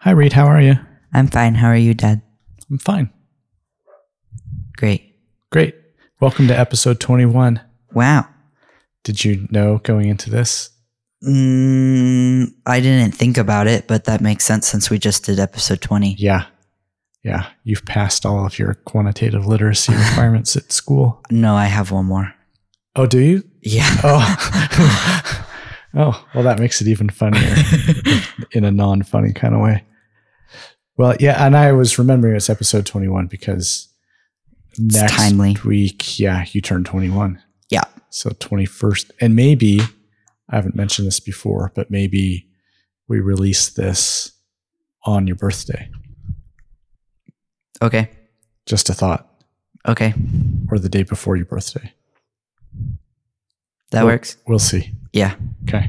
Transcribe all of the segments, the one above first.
Hi, Reed. How are you? I'm fine. How are you, Dad? I'm fine. Great. Great. Welcome to episode 21. Wow. Did you know going into this? Mm, I didn't think about it, but that makes sense since we just did episode 20. Yeah. Yeah. You've passed all of your quantitative literacy requirements at school. No, I have one more. Oh, do you? Yeah. Oh. oh, well, that makes it even funnier in a non funny kind of way. Well, yeah. And I was remembering it's episode 21 because next timely. week, yeah, you turn 21. Yeah. So 21st. And maybe, I haven't mentioned this before, but maybe we release this on your birthday. okay. Just a thought. Okay. Or the day before your birthday. That Cool. works. We'll see. Yeah. Okay.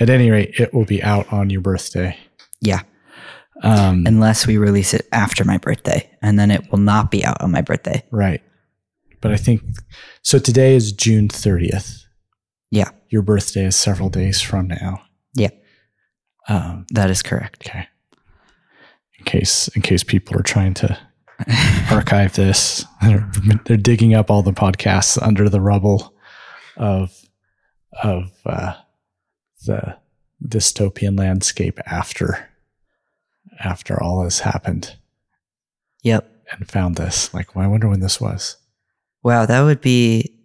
At any rate, it will be out on your birthday. Yeah. Um, Unless we release it after my birthday, and then it will not be out on my birthday. right. But I think so. Today is June 30th. Yeah. Your birthday is several days from now. Yeah. Um, That is correct. okay. In case in case people are trying to archive this, they're, they're digging up all the podcasts under the rubble of of uh, the dystopian landscape after after all has happened. Yep. and found this. Like, well, I wonder when this was. Wow, that would be.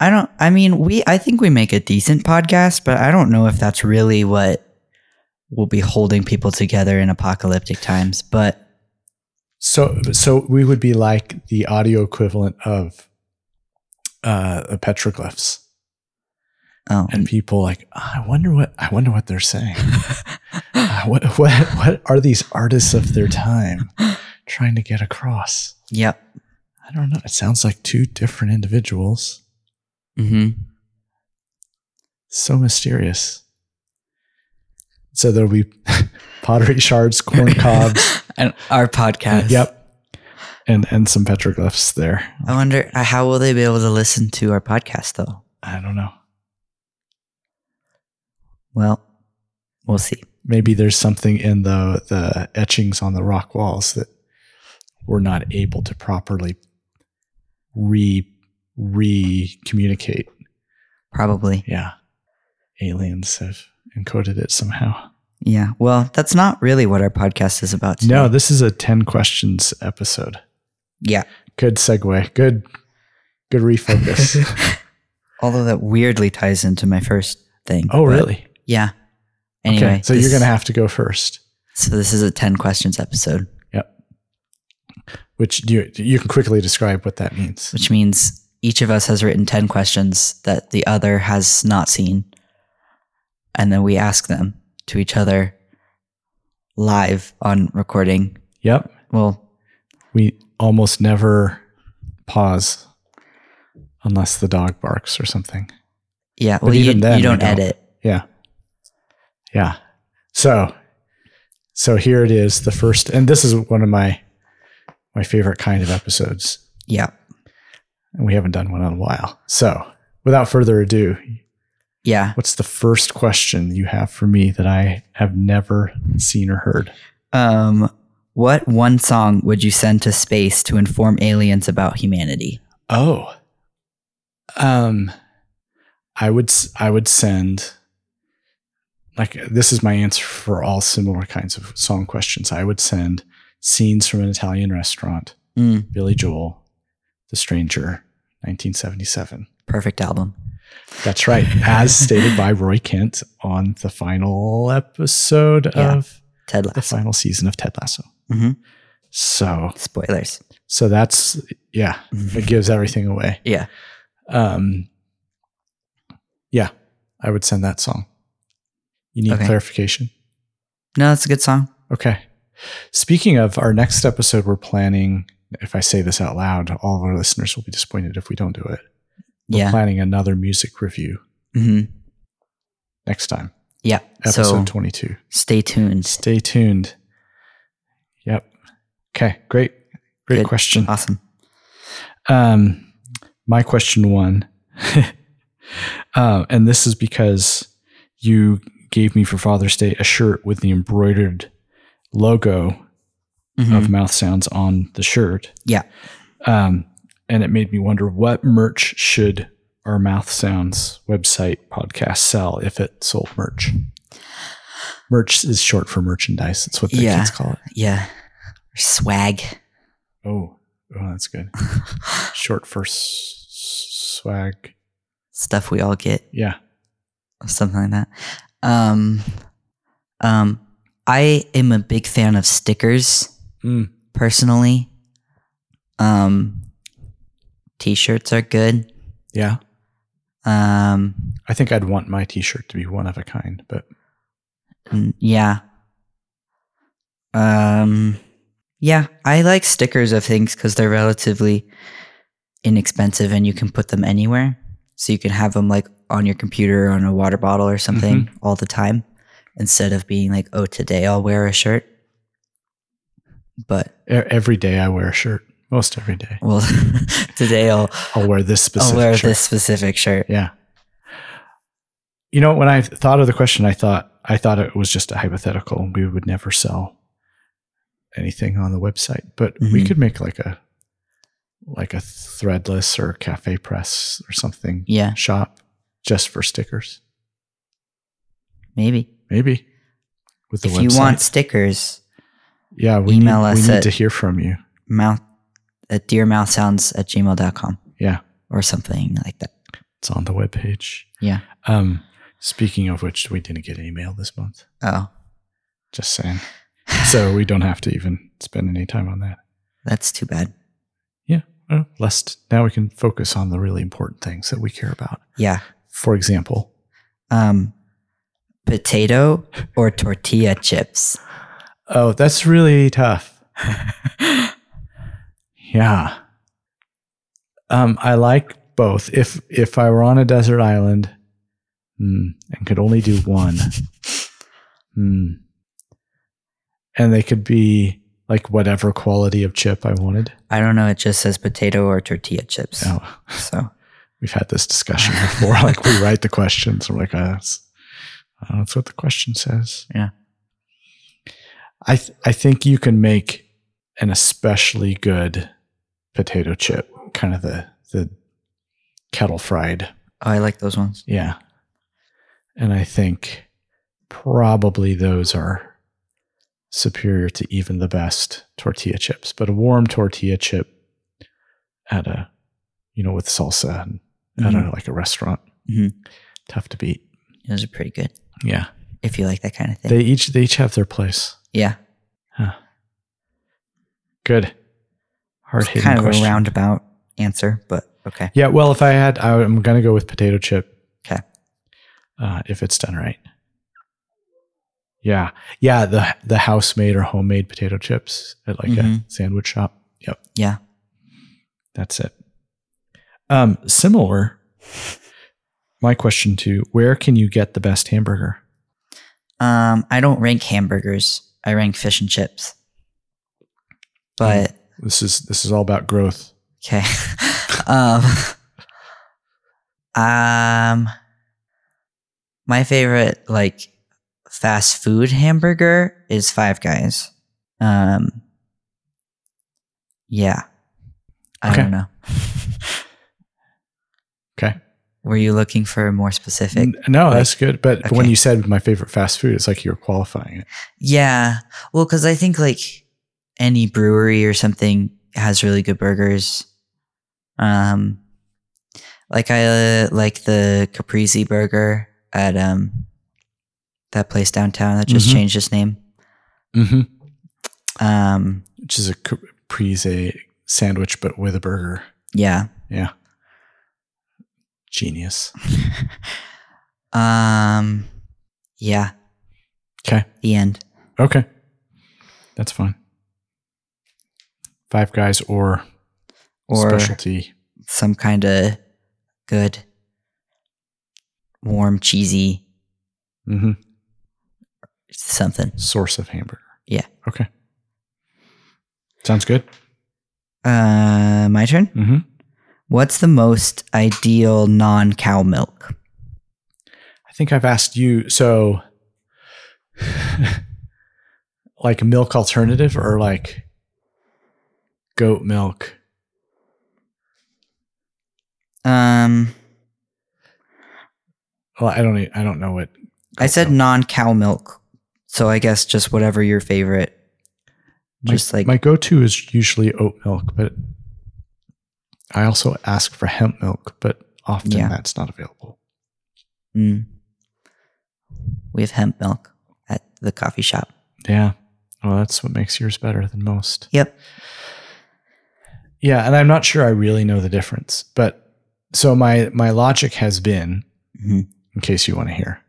I don't. I mean, we. I think we make a decent podcast, but I don't know if that's really what will be holding people together in apocalyptic times. But So, so we would be like the audio equivalent of uh, the petroglyphs, oh, and people like, "Ah, I wonder what I wonder what they're saying. Ah, what what what are these artists of their time trying to get across? yep. I don't know. It sounds like two different individuals. hmm So mysterious. So there'll be pottery shards, corn cobs. And our podcast. Yep. And and some petroglyphs there. I wonder uh, how will they be able to listen to our podcast though. I don't know. Well, we'll see. maybe there's something in the the etchings on the rock walls that we're not able to properly re re communicate. Probably. Yeah, aliens have encoded it somehow. Yeah. Well, that's not really what our podcast is about. Today. No, this is a ten questions episode. Yeah. Good segue. Good good refocus. Although that weirdly ties into my first thing. oh, but really? Yeah. Anyway, okay, so this- you're gonna have to go first. So this is a ten questions episode, Which do you, you can quickly describe what that means. which means each of us has written ten questions that the other has not seen, and then we ask them to each other live on recording. Yep. Well, We almost never pause unless the dog barks or something. yeah. Well, you, even then, you don't we don't. edit. Yeah. Yeah. So so here it is, the first and this is one of my my favorite kind of episodes. Yeah. And we haven't done one in a while. So without further ado, Yeah. what's the first question you have for me that I have never seen or heard? Um, what one song would you send to space to inform aliens about humanity? Oh. Um I would s- I would send like this is my answer for all similar kinds of song questions. I would send scenes from an Italian restaurant, Mm, Billy Joel, The Stranger, 1977. perfect album. That's right, as stated by Roy Kent on the final episode Yeah. of Ted the Lasso. final season of Ted Lasso. Mhm. So, Spoilers. so that's yeah, it gives everything away. yeah. Um, yeah, I would send that song. You need Okay. clarification? No, that's a good song. Okay. Speaking of our next episode, we're planning, if I say this out loud, all of our listeners will be disappointed if we don't do it. We're Yeah. planning another music review hmm next time, Yeah. episode so 22. stay tuned. Stay tuned. Yep. Okay, great. Great Good. question. Awesome. Um, my question one, uh, and this is because you gave me for Father's Day a shirt with the embroidered logo Mhm. of mouth sounds on the shirt. Yeah. Um, and it made me wonder what merch should our mouth sounds website podcast sell if it sold merch. Merch is short for merchandise. That's what the Yeah. kids call it. Yeah. Swag. Oh, oh, that's good. Short for s- swag. Stuff we all get. Yeah. Something like that. Um, um, I am a big fan of stickers Mm. personally. Um, t shirts are good. Yeah. Um, I think I'd want my t-shirt to be one of a kind, but Mm, Yeah. Um yeah, I like stickers of things cuz they're relatively inexpensive and you can put them anywhere. So you can have them like on your computer or on a water bottle or something Mm-hmm. all the time instead of being like, "Oh, today I'll wear a shirt." But e- every day I wear a shirt. Most every day. well, today I'll I'll wear this specific I'll wear shirt. this specific shirt. Yeah. You know, when I thought of the question, I thought I thought it was just a hypothetical. We would never sell anything on the website, but we Mhm. could make like a like a threadless or cafe press or something Yeah, shop just for stickers, maybe. maybe. With the If website, you want stickers, yeah, we email need, us We need at- to hear from you. mouth at dearmouthsounds at gmail.com Yeah, or something like that. it's on the webpage. Yeah. Um, speaking of which, we didn't get any mail this month. Oh, Just saying. so we don't have to even spend any time on that. that's too bad. Well, lest now we can focus on the really important things that we care about. Yeah. For example, Um, potato or tortilla chips? oh, that's really tough. Yeah. Um, I like both. If if I were on a desert island hmm, and could only do one, hmm, and they could be like whatever quality of chip I wanted. I don't know. It just says potato or tortilla chips. Oh, So we've had this discussion before. like we write the questions. We're like, uh, that's, uh, that's what the question says. Yeah. I th- I think you can make an especially good potato chip, kind of the the kettle fried. oh, I like those ones. Yeah. And I think probably those are superior to even the best tortilla chips, but a warm tortilla chip at a, you know, with salsa and I Mm-hmm. don't know, like a restaurant. Mhm. Tough to beat. Those are pretty good Yeah. if you like that kind of thing. They each they each have their place. yeah. Good. Hard It's hitting kind of question. a roundabout answer, but okay. Yeah, well, if I had, I, I'm going to go with potato chip. 'Kay. Uh, if it's done right. Yeah, yeah the the house made or homemade potato chips at like a Mhm. sandwich shop. Yep, Yeah. that's it. Um, similar. My question to where can you get the best hamburger? Um, I don't rank hamburgers. I rank fish and chips. But This is this is all about growth. Okay. um, um, my favorite like fast food hamburger is Five Guys. Um, yeah. I Okay. don't know. Okay. Were you looking for more specific? N- No, that's good. But when Okay. you said my favorite fast food, it's like you're qualifying it. Yeah. Well, because I think like any brewery or something has really good burgers. Um, like I uh, like the Caprese burger at um that place downtown that just Mhm. changed its name. Mm-hmm. Um, Which is a caprese sandwich, but with a burger. yeah. Genius. Um, yeah. 'Kay. The end. Okay. That's fine. Five guys or, Or specialty. some kind of good, warm, cheesy Mhm. something. Source of hamburger. Yeah. Okay. Sounds good. Uh, my turn. Mm-hmm. What's the most ideal non cow milk? I think I've asked you. So like milk alternative or like goat milk? Um, Well, I don't. e- I don't know what I said non cow milk. So I guess just whatever your favorite. My- just like- my go-to is usually oat milk, but I also ask for hemp milk, but often Yeah. that's not available. Mm. We have hemp milk at the coffee shop. Yeah. Well, that's what makes yours better than most. Yep. Yeah, and I'm not sure I really know the difference, but so my my logic has been, Mhm. in case you want to hear,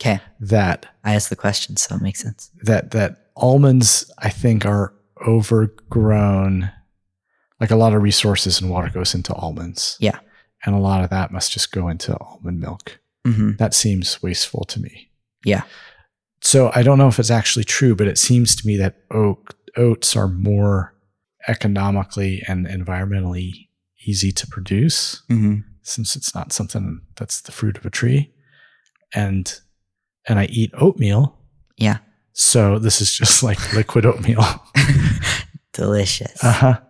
Okay. that I asked the question, so it makes sense. that that almonds I think are overgrown. Like a lot of resources and water goes into almonds. Yeah. And a lot of that must just go into almond milk. hmm That seems wasteful to me. Yeah. So I don't know if it's actually true, but it seems to me that oak, oats are more economically and environmentally easy to produce hmm since it's not something that's the fruit of a tree. And and I eat oatmeal. Yeah. So this is just like liquid oatmeal. Delicious. Uh-huh.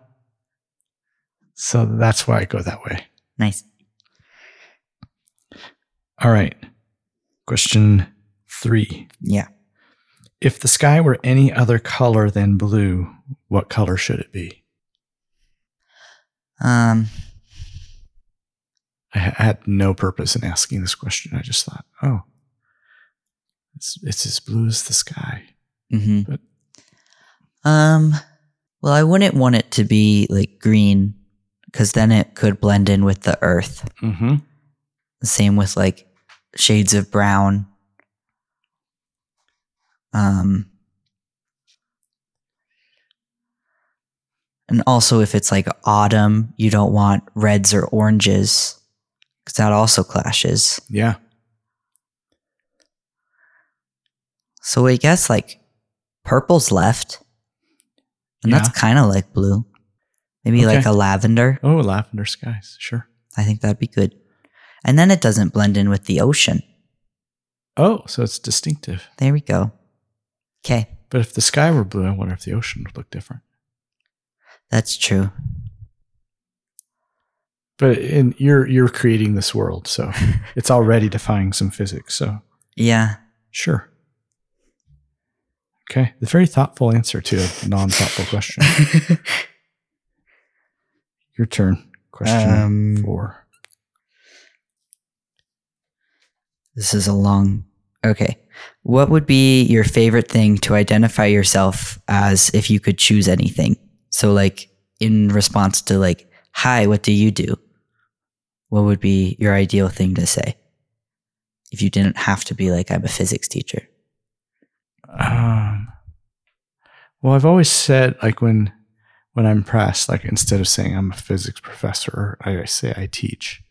So that's why I go that way. nice. All right. Question 3. Yeah. If the sky were any other color than blue, what color should it be? Um, I ha- had no purpose in asking this question. I just thought, oh, it's, it's as blue as the sky. mhm. But- um, well, I wouldn't want it to be like green because then it could blend in with the earth. Mm-hmm. The same with like shades of brown. Um, and also, if it's like autumn, you don't want reds or oranges because that also clashes. Yeah. So I guess like purple's left, and yeah. that's kind of like blue. Maybe Okay. like a lavender. oh, lavender skies. Sure. I think that'd be good. And then it doesn't blend in with the ocean. Oh, so it's distinctive. There we go. Okay, But if the sky were blue, I wonder if the ocean would look different. that's true. But in, you're you're creating this world, so it's already defying some physics. So Yeah. sure. Okay, the very thoughtful answer to a non-thoughtful question. Your turn. Question Um, four. This is a long. Okay. What would be your favorite thing to identify yourself as if you could choose anything? So, like, in response to, like, hi, what do you do? What would be your ideal thing to say if you didn't have to be like, I'm a physics teacher? Um, well, I've always said like when when I'm pressed, like instead of saying I'm a physics professor, I say I teach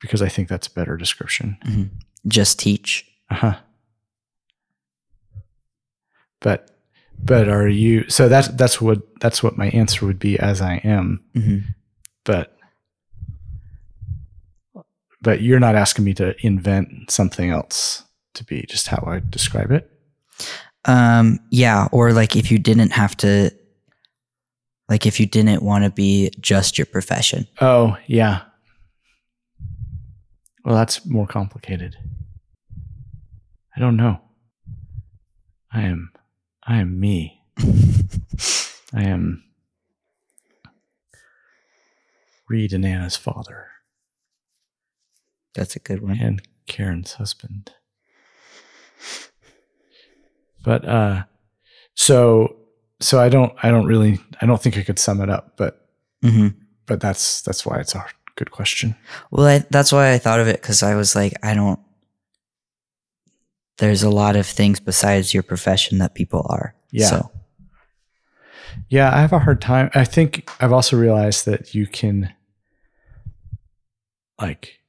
because I think that's a better description. Mm-hmm. Just teach. Uh huh. But but are you so that's that's what that's what my answer would be as I am. hmm But but you're not asking me to invent something else to be just how I describe it. Um, yeah. Or, like, if you didn't have to, like, if you didn't want to be just your profession. Oh, yeah. Well, that's more complicated. I don't know. I am I am me. I am Reed and Anna's father That's a good one. and Karen's husband. But uh so so I don't I don't really I don't think I could sum it up, but hmm but that's that's why it's a good question. Well, I, that's why I thought of it because I was like, I don't. There's a lot of things besides your profession that people are. Yeah. So Yeah, I have a hard time. I think I've also realized that you can, like,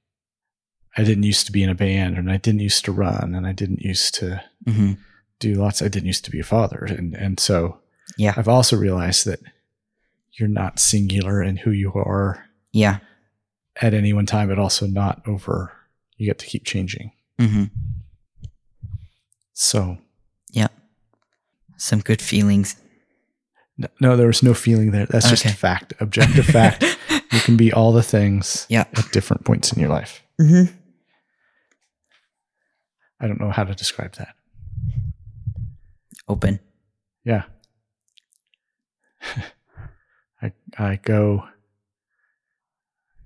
I didn't used to be in a band and I didn't used to run and I didn't used to hmm do lots. I didn't used to be a father. And, and so Yeah. I've also realized that you're not singular in who you are yeah. Mm-hmm. at any one time, but also not over. You get to keep changing. hmm So Some good feelings. no, no, there was no feeling there. That's Okay. just fact, objective fact. You can be all the things Yeah. at different points in your life. hmm I don't know how to describe that. Open. Yeah. I I go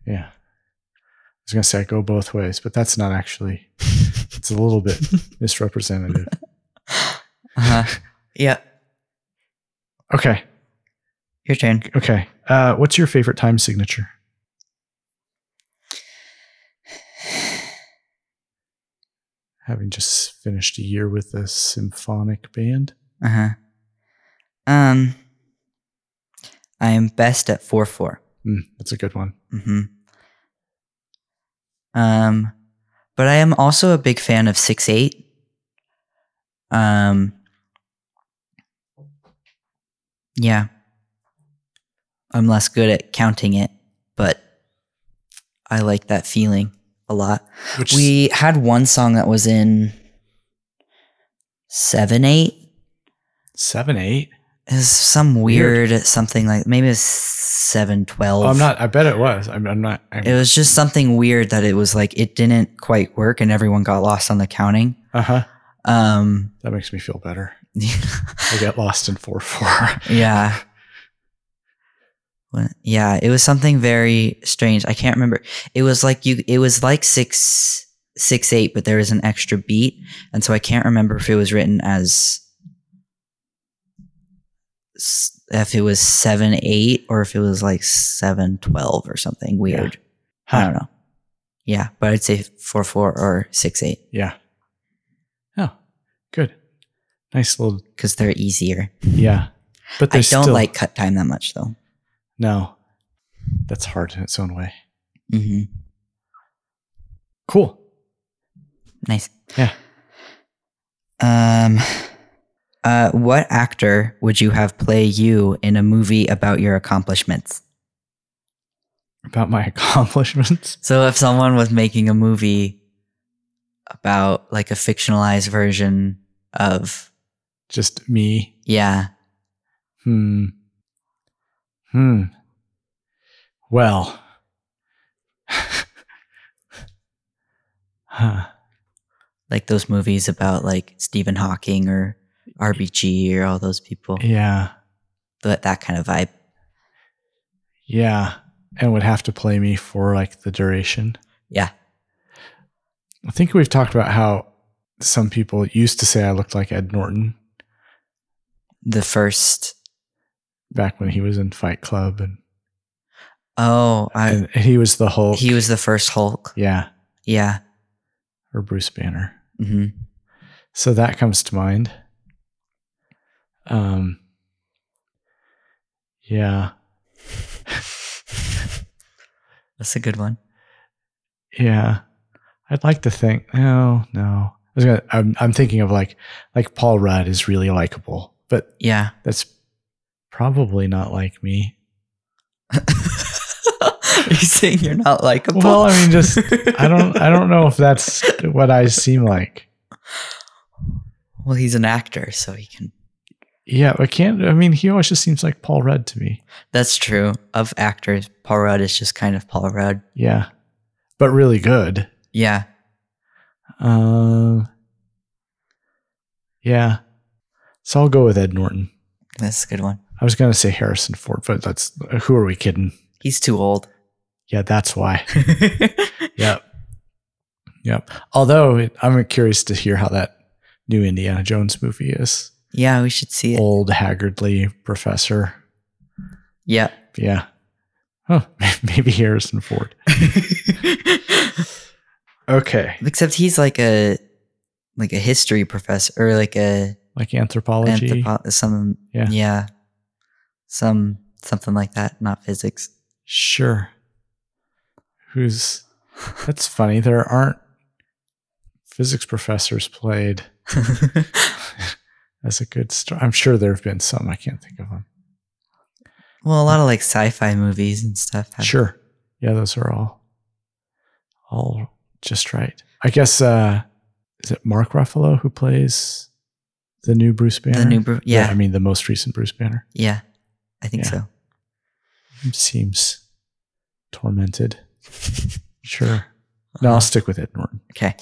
Yeah. I was gonna say I go both ways, but that's not actually it's a little bit misrepresentative. Uh-huh. yeah. Okay. Your turn. Okay. Uh what's your favorite time signature? Having just finished a year with a symphonic band. Uh huh. Um, I am best at four four. Mm, that's a good one. Mm-hmm. Um, but I am also a big fan of six eight. Um, yeah, I'm less good at counting it, but I like that feeling a lot. Which We had one song that was in seven eight. seven eight? Is some Weird. weird, something like maybe it was seven twelve. Oh, I'm not I bet it was. I'm, I'm not I'm, It was just something weird that it was like it didn't quite work and everyone got lost on the counting. uh-huh. Um That makes me feel better. I got lost in 4 4. yeah. What- Yeah, it was something very strange. I can't remember. It was like you it was like 6 6 8 but there was an extra beat and so I can't remember if it was written as s- if it was 7 8 or if it was like seven twelve or something weird. I Uh, don't know. Yeah, but I'd say 4 4 or 6 8. Yeah. Oh, good. Nice little. because they're easier. Yeah. But I they don't still, like cut time that much though. No. That's hard in its own way. hmm Cool. Nice. Yeah. Um, uh, what actor would you have play you in a movie about your accomplishments? About my accomplishments. So if someone was making a movie about like a fictionalized version of Just me. yeah, Hmm. Hmm. Well. huh. like those movies about like Stephen Hawking or RBG or all those people, Yeah. but that kind of vibe. Yeah. And would have to play me for like the duration. Yeah. I think we've talked about how some people used to say I looked like Ed Norton The first. back when he was in Fight Club and, Oh, I, and he was the Hulk. he was the first Hulk. yeah, Yeah. or Bruce Banner. hmm So that comes to mind. Um Yeah. That's a good one. Yeah. I'd like to think no, no. I was gonna, I'm I'm thinking of like like Paul Rudd is really likable, but Yeah. that's probably not like me. Are you saying you're not likable? Well, I mean, just- I don't I don't know if that's what I seem like. Well, he's an actor, so he can. Yeah, I can't I mean he always just seems like Paul Rudd to me. That's true. Of actors, Paul Rudd is just kind of Paul Rudd. Yeah. But really good. Yeah. Um Yeah. So I'll go with Ed Norton. That's a good one. I was gonna say Harrison Ford, but that's who are we kidding? He's too old. Yeah, that's why. Yep. Yep. Although I'm curious to hear how that new Indiana Jones movie is. yeah, we should see it. Old haggardly professor. Yeah. Yeah. Huh. Maybe Harrison Ford. Okay. Except he's like a like a history professor or like a Like anthropology. anthropo- some Yeah. yeah some something like that, not physics. sure. Who's that's funny. There aren't physics professors played as a good story. I'm sure there have been some. I can't think of them. Well, a lot of like sci-fi movies and stuff. Have, Sure. Yeah, those are all all just right. I guess uh is it Mark Ruffalo who plays the new Bruce Banner? The new brew. Yeah, I yeah. mean the most recent Bruce Banner I think Yeah. so. seems tormented. sure. Uh-huh. No, I'll stick with it, Norton. Okay.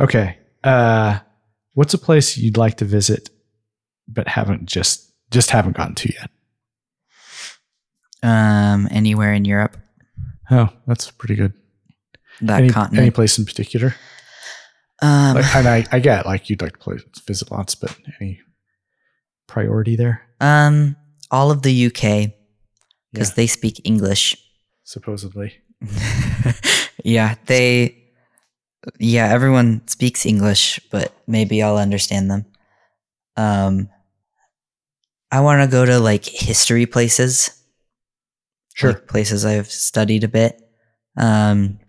Okay. Uh, what's a place you'd like to visit, but haven't just just haven't gotten to yet? Um, anywhere in Europe, Oh, that's pretty good. that Any, any continent. place in particular? um, Like, and I, I get like you'd like to play, visit lots, but any priority there? um, all of the UK because Yeah. they speak English. Supposedly, yeah, they. Yeah, everyone speaks English, but maybe I'll understand them. Um, I want to go to like history places. like, places I've studied a bit. Um,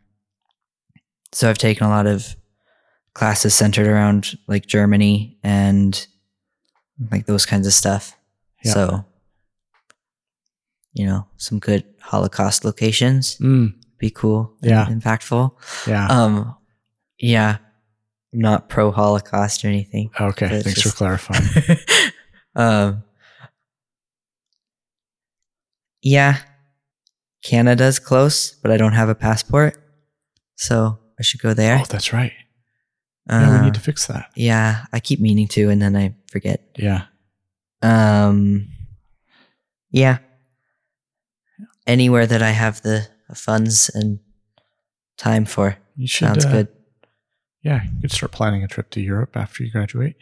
so I've taken a lot of classes centered around like Germany and like those kinds of stuff. Yeah. So, you know, some good Holocaust locations Mm, be cool, and Yeah. Uh-huh. impactful. yeah. Um, yeah, not pro Holocaust or anything. okay. Um, it's Thanks for just- clarifying. um, yeah, Canada's close, but I don't have a passport, so I should go there. oh, that's right. Oh, Uh, Yeah, we need to fix that. yeah, I keep meaning to, and then I forget. Yeah. Um, yeah, anywhere that I have the funds and time for You should. sounds uh, good. Yeah, you could start planning a trip to Europe after you graduate,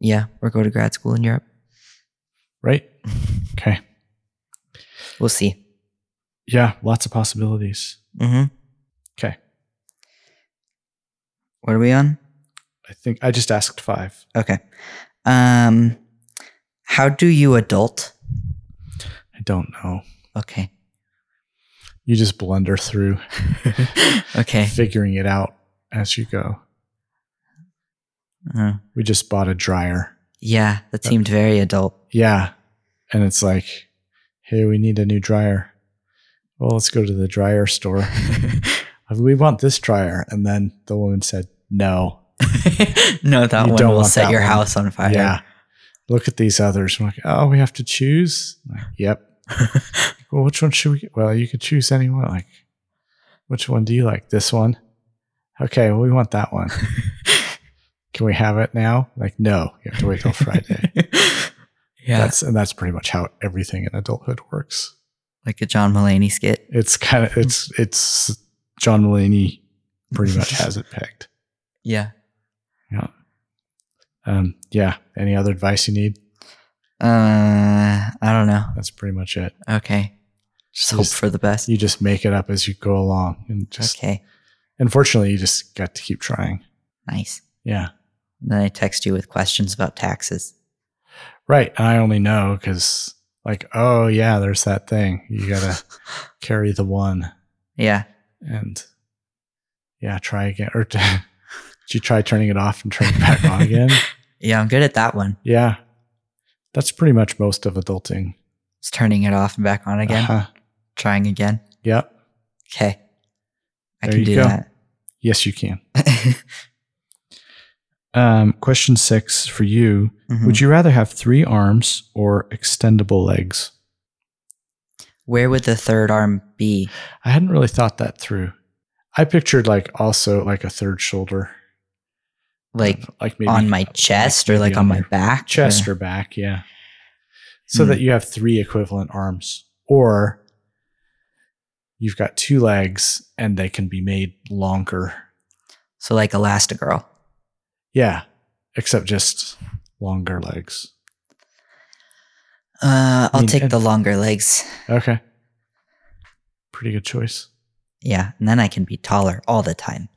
Yeah, or go to grad school in Europe. right? Okay. We'll see. Yeah, lots of possibilities. Mm-hmm. 'Kay. What are we on? I think I just asked five. Okay. Um, how do you adult? I don't know. Okay. You just blunder through okay. figuring it out as you go. Uh, We just bought a dryer. yeah, that seemed very adult. Yeah. And it's like, hey, we need a new dryer. Well, let's go to the dryer store. we want this dryer. And then the woman said, no. no, that You one don't will want set that your one. house on fire. Yeah. Look at these others. I'm like, oh, we have to choose? I'm like, yep. well, which one should we get? Well, you could choose anyone. Like, which one do you like? This one? Okay, well, we want that one. Can we have it now? Like, no, you have to wait till Friday. yeah, That's and that's pretty much how everything in adulthood works. like a John Mulaney skit. It's kind of it's it's John Mulaney pretty much has it pegged. Yeah. Um, yeah. Any other advice you need? Uh, I don't know. That's pretty much it. Okay. Just hope Just- for the best. You just make it up as you go along, and just Okay. unfortunately, you just got to keep trying. Nice. Yeah. Then I text you with questions about taxes. Right. And I only know because, like, oh, yeah, there's that thing. You got to carry the one Yeah. and, yeah, try again. Or did you try turning it off and turning it back on again? Yeah, I'm good at that one. Yeah. That's pretty much most of adulting. It's turning it off and back on again, Uh-huh. trying again. Yep. Okay. I There can you do go. Yes, you can. that. Um, question six for you Hmm. Would you rather have three arms or extendable legs? Where would the third arm be? I hadn't really thought that through. I pictured like also like a third shoulder, uh, Like like maybe on my chest or maybe like on my your- back? chest or- or back, yeah. So Hmm. that you have three equivalent arms, or you've got two legs and they can be made longer. so like Elastigirl. Yeah, except just longer legs. Uh, I'll mean, take and- the longer legs. Okay. Pretty good choice. Yeah. And then I can be taller all the time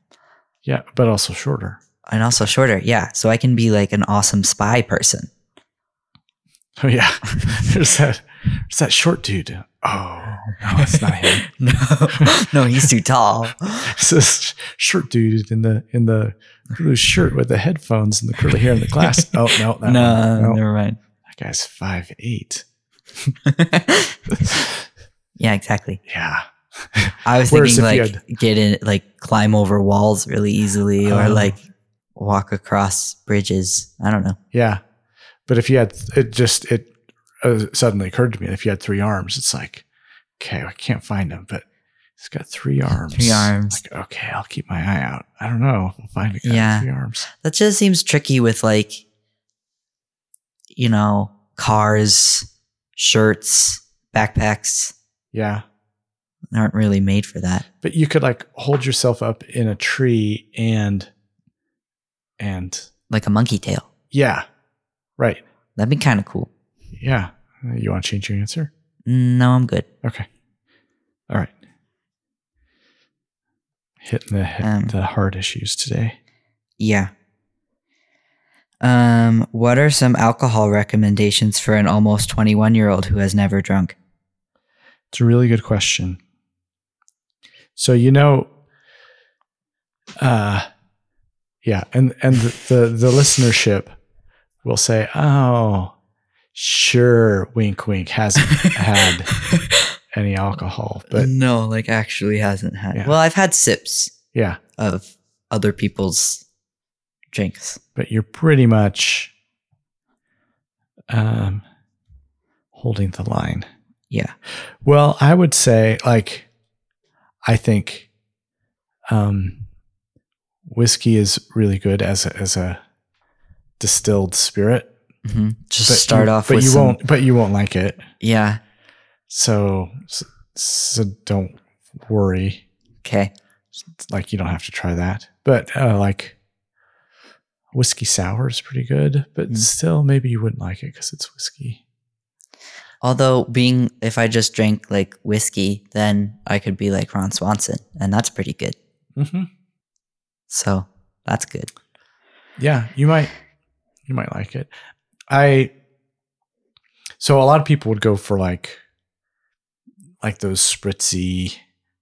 Yeah, but also shorter. and also shorter. Yeah. So I can be like an awesome spy person. Oh yeah, there's that. There's that short dude. Oh no, it's not him. no, no, he's too tall. It's this short dude in the in the blue shirt with the headphones and the curly hair and the glass. Oh no, that no, one. no, never mind. That guy's five eight. yeah, exactly. yeah. I was Whereas thinking if you like get in, like climb over walls really easily, or Oh. like walk across bridges. I don't know. Yeah. But if you had, it just, it uh, suddenly occurred to me if you had three arms, it's like, okay, I can't find him, but he's got three arms. Three arms. Like, okay, I'll keep my eye out. I don't know. We'll find a guy with Yeah. three arms. That just seems tricky with like, you know, cars, shirts, backpacks Yeah. aren't really made for that. But you could like hold yourself up in a tree and, and Like a monkey tail. yeah. Right. That'd be kind of cool. Yeah. You want to change your answer? No, I'm good. Okay. All right. Hitting the hit Um, the hard issues today. Yeah. Um, what are some alcohol recommendations for an almost 21 year old who has never drunk? It's a really good question. So you know, uh, yeah, and and the the, the listenership will say, "Oh, sure, wink, wink, hasn't had any alcohol," but no, like actually hasn't had. Yeah. Well, I've had sips yeah, of other people's drinks. but you're pretty much um, holding the line. Yeah. Well, I would say like I think um whiskey is really good as a, as a distilled spirit. hmm Just Mm-hmm. but start you- off but with you some- won't but you won't like it. Yeah. So so, so don't worry. Okay. Like you don't have to try that. But uh, like whiskey sour is pretty good, but Mm. still maybe you wouldn't like it cuz it's whiskey. Although being if I just drank like whiskey, then I could be like Ron Swanson, and that's pretty good. Mhm. So that's good. Yeah, you might you might like it. I so a lot of people would go for like like those spritzy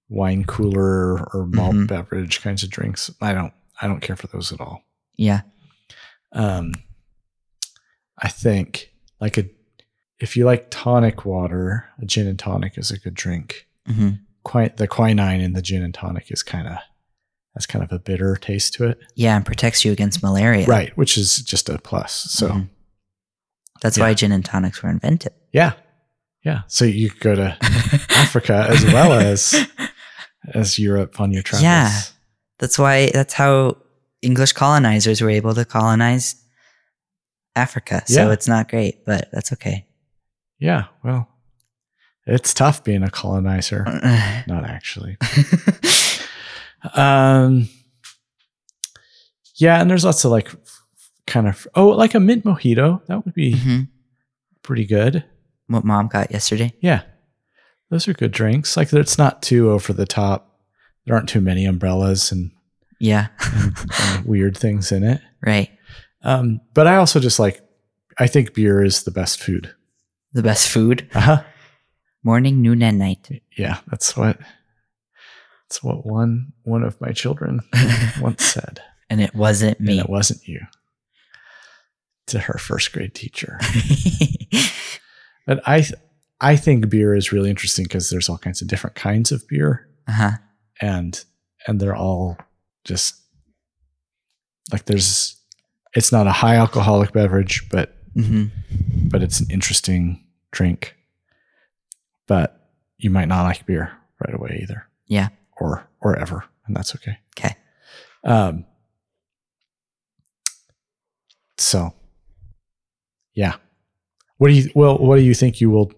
wine cooler or malt Mhm. beverage kinds of drinks. I don't I don't care for those at all. Yeah. Um I think like a if you like tonic water, a gin and tonic is a good drink. hmm Qui- the quinine in the gin and tonic is kind of has kind of a bitter taste to it. Yeah, and protects you against malaria. Right, which is just a plus. So Mhm. That's Yeah. why gin and tonics were invented. Yeah. Yeah. So you could go to Africa as well as as Europe on your travels. Yeah. That's why that's how English colonizers were able to colonize Africa. So Yeah. it's not great, but that's okay. Yeah. Well, it's tough being a colonizer. Mm-hmm. Not actually. Um Yeah, and there's lots of like kind of oh, like a mint mojito. That would be Mhm. pretty good. What mom got yesterday. Yeah. Those are good drinks. Like it's not too over the top. There aren't too many umbrellas and, Yeah. and weird things in it. right. Um, but I also just like, I think beer is the best food. The best food. Uh huh. Morning, noon, and night. Yeah, that's what. That's what one one of my children once said, and it wasn't and me. it wasn't you. To her first grade teacher, but I, th- I think beer is really interesting because there's all kinds of different kinds of beer, uh-huh. and and they're all just like there's. It's not a high alcoholic beverage, but hmm but it's an interesting drink. But you might not like beer right away either. Yeah. Or or ever, and that's okay. 'Kay. Um. So, yeah. What do you? Well, what do you think you will?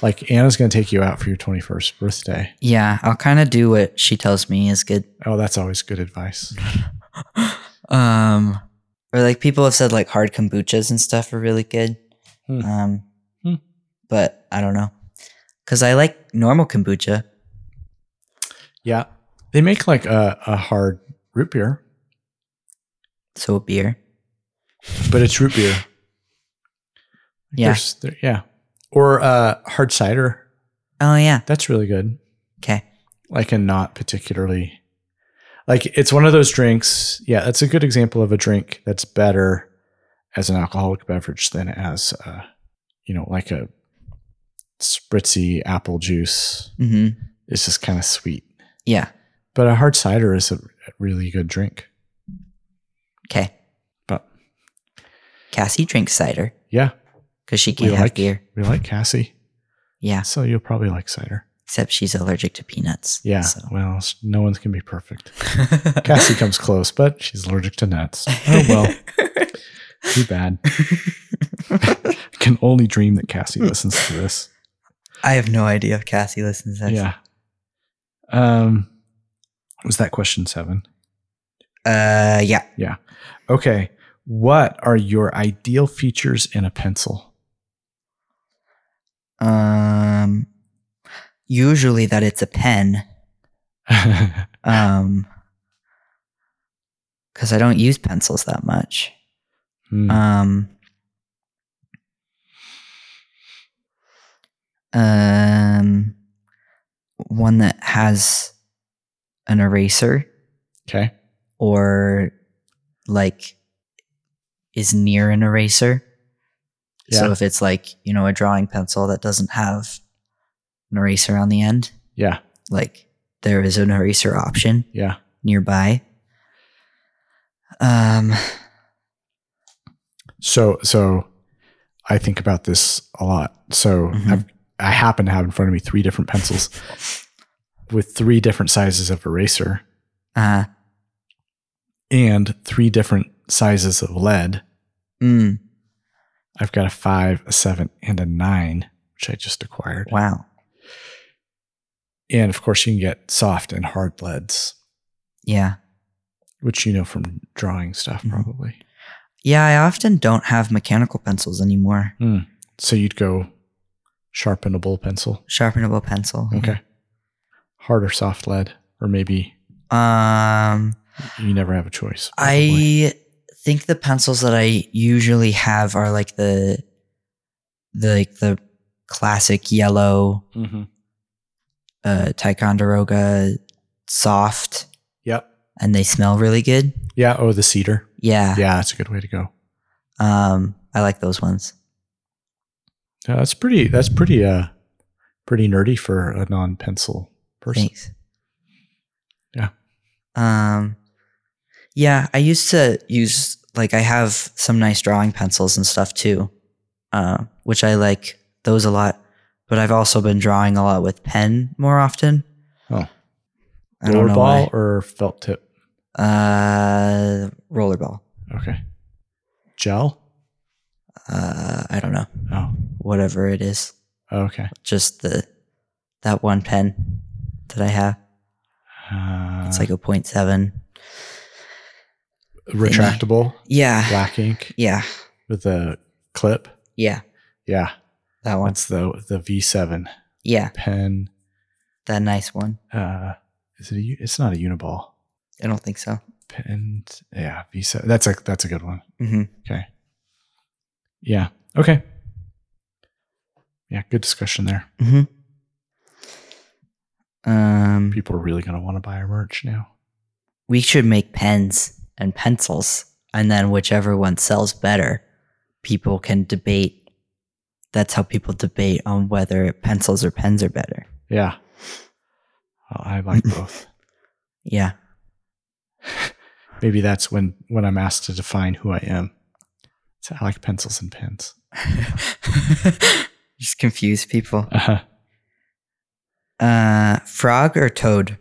Like Anna's going to take you out for your twenty first birthday. Yeah, I'll kind of do what she tells me is good. Oh, that's always good advice. um, or like people have said, like hard kombuchas and stuff are really good. Hmm. Um, Hmm. but I don't know, cause I like normal kombucha. Yeah, they make like a, a hard root beer, So beer, but it's root beer. yeah. There's- there- yeah. Or uh, hard cider. oh yeah, That's really good. okay. like and not particularly like it's one of those drinks yeah that's a good example of a drink that's better as an alcoholic beverage than as uh you know like a spritzy apple juice hmm it's just kind of sweet Yeah, but a hard cider is a really good drink Okay. But Cassie drinks cider yeah, because she we can't have like beer. we like Cassie, Yeah. so you'll probably like cider. Except she's allergic to peanuts. Yeah, so. well, s- no one's gonna be perfect. Cassie comes close, but she's allergic to nuts. Oh well, too bad. I can only dream that Cassie listens to this. I have no idea if Cassie listens to this. yeah. Um, was that question seven? Uh, yeah. Okay. What are your ideal features in a pencil? Um, usually that it's a pen. Um, because I don't use pencils that much. Hmm. Um, um, one that has an eraser okay. or like is near an eraser. Yeah. So if it's like, you know, a drawing pencil that doesn't have an eraser on the end, Yeah. like there is an eraser option Yeah. nearby. Um, So so I think about this a lot. So Mhm. I've, I happen to have in front of me three different pencils with three different sizes of eraser uh, and three different sizes of lead. mm, I've got a five, a seven, and a nine, which I just acquired. wow. And of course, you can get soft and hard leads, Yeah. which you know from drawing stuff Mhm. probably. Yeah, I often don't have mechanical pencils anymore. So you'd go sharpenable pencil. Sharpenable pencil. Okay. Hard or soft lead, or maybe Um, you never have a choice. probably. I think the pencils that I usually have are like the the like the classic yellow Mhm. uh Ticonderoga soft Yep. and they smell really good. Yeah. Oh, the cedar. Yeah. Yeah, that's a good way to go. Um I like those ones. Yeah, that's pretty. That's pretty. Uh, pretty nerdy for a non-pencil person. Thanks. Yeah. Um yeah, I used to use like I have some nice drawing pencils and stuff too. Uh which I like those a lot, but I've also been drawing a lot with pen more often. Oh. I don't know Rollerball or felt tip. why. Uh rollerball. Okay. Gel. Uh I don't know. Oh. Whatever it is. Okay. Just the that one pen that I have. Uh, It's like a point seven. Uh, retractable Yeah. black ink Yeah. with a clip. Yeah. Yeah, That one. that's the the V7 Yeah. pen. That nice one. Uh, is it? A, u- it's not a uniball I don't think so. pen. Yeah, V7. That's a that's a good one. Mhm. Okay. Yeah. Okay. Yeah, good discussion there. Um, People are really gonna want to buy our merch now. we should make pens and pencils, and then whichever one sells better, people can debate. That's how people debate on whether pencils or pens are better. Yeah. Well, I like both. Yeah. Maybe that's when when I'm asked to define who I am. So I like pencils and pens. Just confuse people. Uh-huh. Uh, frog or toad?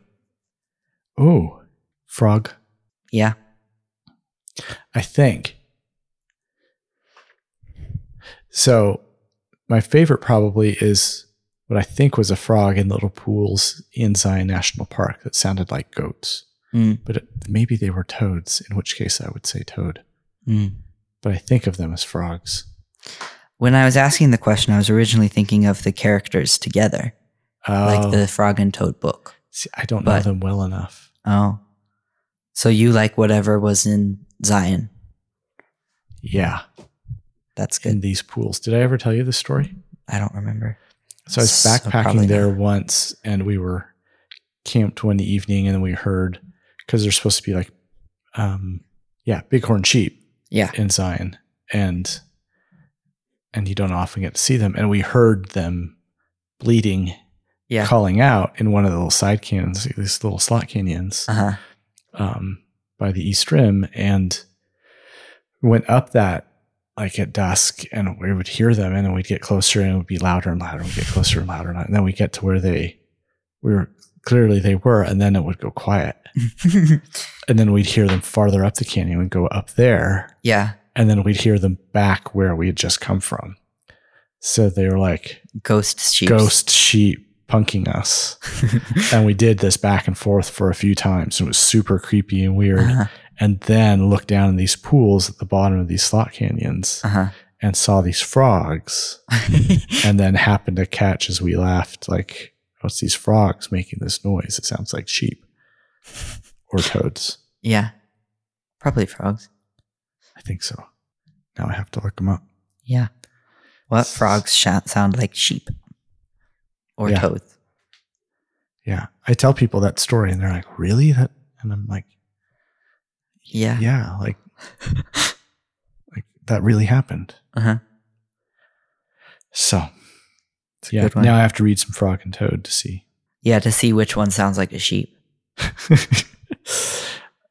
Oh, frog. Yeah. I think. So, my favorite probably is what I think was a frog in little pools in Zion National Park that sounded like goats, Mm. but it, maybe they were toads, in which case I would say toad. Mm. But I think of them as frogs. When I was asking the question, I was originally thinking of the characters together, Oh, like the frog and toad book. see, I don't know but- them well enough. Oh. So you like whatever was in Zion. Yeah, That's good. in these pools. Did I ever tell you this story? I don't remember. So I was So backpacking oh, probably there not. once and we were camped one evening and we heard because there's supposed to be like um yeah, bighorn sheep Yeah. in Zion and and you don't often get to see them. And we heard them bleating, Yeah. calling out in one of the little side canyons, these little slot canyons Uh huh. um, by the East Rim, and went up that like at dusk and we would hear them and then we'd get closer and it would be louder and louder and we'd get closer and louder and, louder, and then we get to where they we were clearly they were and then it would go quiet Uh-huh. and then we'd hear them farther up the canyon and go up there yeah, and then we'd hear them back where we had just come from so they were like ghost sheep. Uh-huh. ghost sheep punking us and we did this back and forth for a few times and it was super creepy and weird uh-huh, and then looked down in these pools at the bottom of these slot canyons uh-huh. and saw these frogs and then happened to catch as we laughed like what's these frogs making this noise it sounds like sheep or toads yeah, probably frogs. i think so now i have to look them up Yeah. What S- frogs sh- sound like sheep or Yeah. toads? yeah i tell people that story and they're like really that and i'm like Yeah. yeah like like that really happened Uh-huh. so a yeah good one. now i have to read some frog and toad to see Yeah, to see which one sounds like a sheep.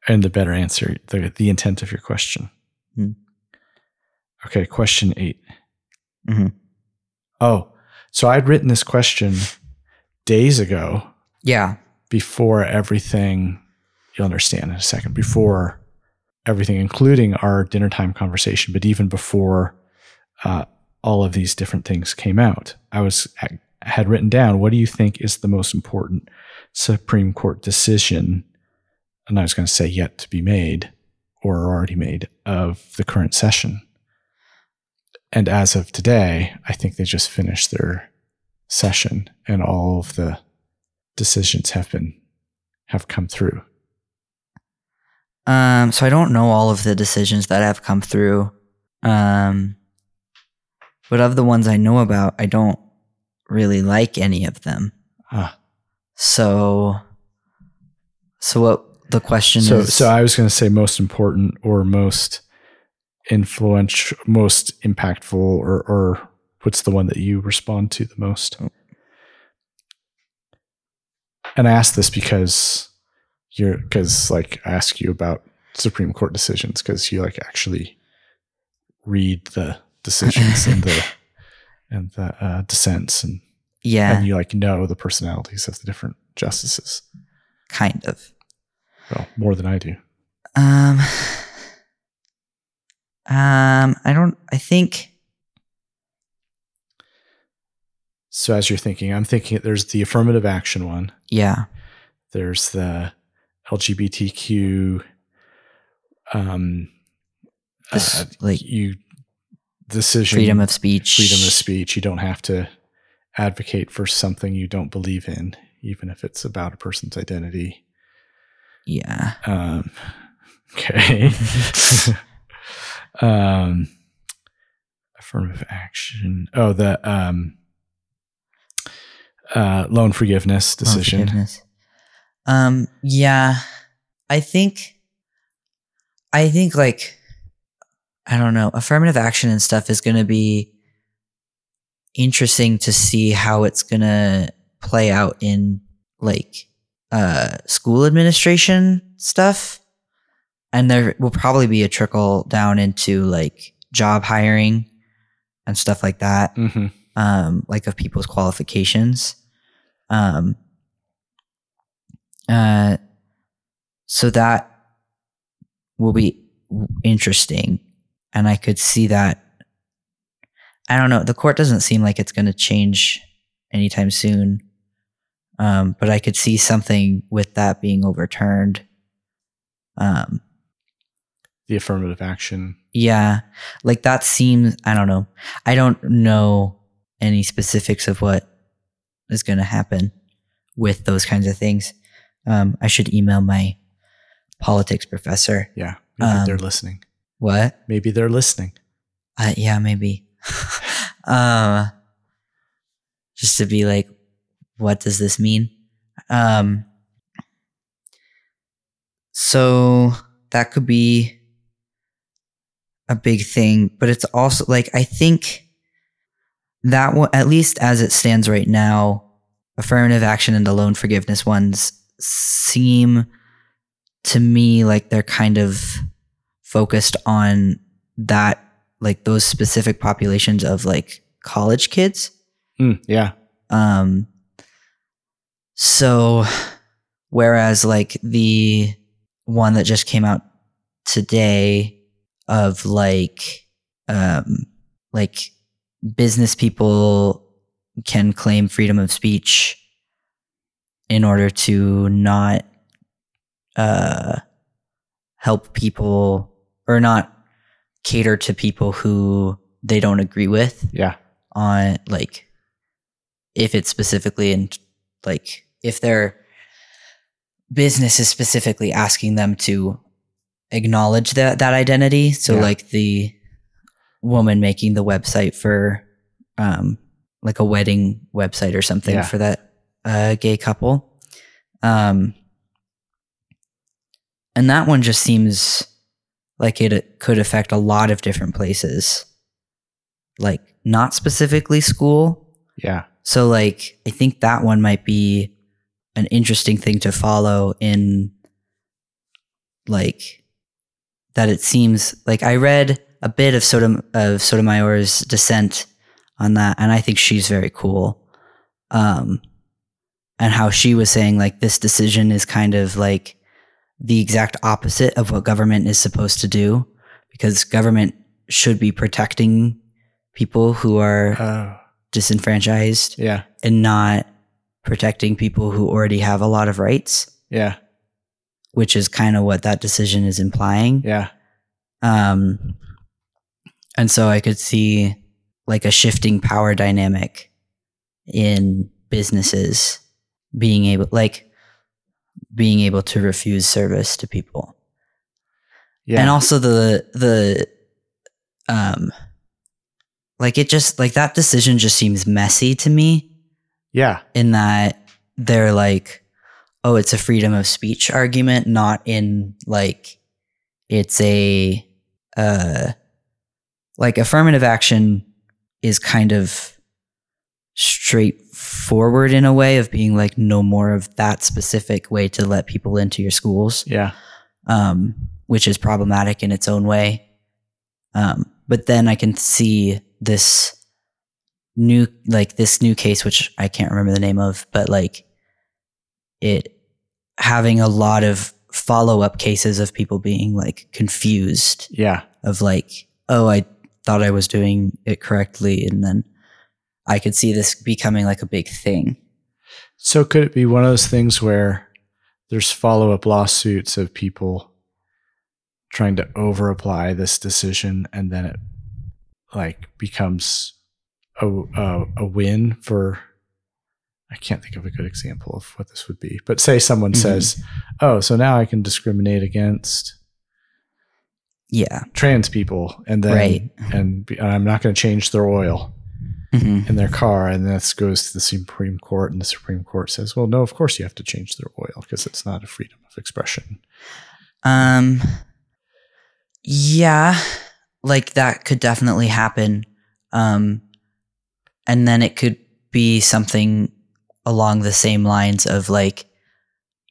and the better answer the, the intent of your question Hmm. okay question 8 Mhm. oh so i'd written this question days ago Yeah. before everything you'll understand in a second before everything including our dinner time conversation but even before uh, all of these different things came out i was I had written down what do you think is the most important supreme court decision and i was going to say yet to be made or already made of the current session and as of today i think they just finished their session and all of the decisions have been have come through. Um, so I don't know all of the decisions that have come through. Um, but of the ones I know about, I don't really like any of them. Ah. So, so what the question So is? so I was going to say most important or most influential, most impactful, or or what's the one that you respond to the most? Oh. And I ask this because you're because like I ask you about Supreme Court decisions because you like actually read the decisions and the and the uh, dissents and yeah, and you like know the personalities of the different justices. kind of. Well, more than I do. Um, um, I don't. I think. So as you're thinking, I'm thinking there's the affirmative action one. Yeah. There's the LGBTQ. Um, This, uh, like you decision freedom of speech. freedom of speech. You don't have to advocate for something you don't believe in, even if it's about a person's identity. Yeah. Um, okay. um, affirmative action. Oh, the um, uh, loan forgiveness Oh, decision. forgiveness. um. Yeah. I think. I think like. I don't know. Affirmative action and stuff is going to be interesting to see how it's going to play out in like uh, school administration stuff. And there will probably be a trickle down into like job hiring and stuff like that, Mm-hmm. um, like of people's qualifications. Um, uh, so that will be interesting. And I could see that. I don't know. The court doesn't seem like it's going to change anytime soon. Um, but I could see something with that being overturned. Um, The affirmative action. yeah. Like that seems, I don't know. I don't know any specifics of what is going to happen with those kinds of things. Um, I should email my politics professor. Yeah, maybe Um, they're listening. What? Maybe they're listening. Uh, yeah, maybe. uh, just to be like, what does this mean? Um, so that could be a big thing, but it's also like, I think that one, at least as it stands right now, affirmative action and the loan forgiveness ones seem to me like they're kind of focused on that like those specific populations of like college kids. Mm, yeah. Um, so whereas like the one that just came out today of like um like business people can claim freedom of speech in order to not uh help people or not cater to people who they don't agree with Yeah. on like if it's specifically and like if their business is specifically asking them to acknowledge that that identity so Yeah. like the woman making the website for um like a wedding website or something Yeah. for that uh gay couple um and that one just seems like it could affect a lot of different places like not specifically school Yeah. so like I think that one might be an interesting thing to follow in like that it seems like I read a bit of Sodom of Sotomayor's descent on that and I think she's very cool. Um and how she was saying like this decision is kind of like the exact opposite of what government is supposed to do because government should be protecting people who are Oh. disenfranchised Yeah. and not protecting people who already have a lot of rights, Yeah. which is kind of what that decision is implying. Yeah. Um, and so I could see like a shifting power dynamic in businesses being able, like, being able to refuse service to people, Yeah. and also the the um, like it just like that decision just seems messy to me. yeah. in that they're like, oh, it's a freedom of speech argument, not in like it's a uh like affirmative action is kind of straightforward in a way of being like no more of that specific way to let people into your schools Yeah. um, which is problematic in its own way. Um, but then I can see this new, like this new case, which I can't remember the name of, but like it having a lot of follow up cases of people being like confused Yeah. of like, oh, I thought I was doing it correctly. And then I could see this becoming like a big thing. So could it be one of those things where there's follow-up lawsuits of people trying to over-apply this decision, and then it like becomes a a, a win for? I can't think of a good example of what this would be, but say someone Mhm. says, "Oh, so now I can discriminate against Yeah. trans people," and then Right. and, be- and I'm not going to change their oil Mhm. in their car, and this goes to the Supreme Court, and the Supreme Court says, "Well, no, of course you have to change their oil because it's not a freedom of expression." Um yeah, like that could definitely happen. Um and then it could be something along the same lines of like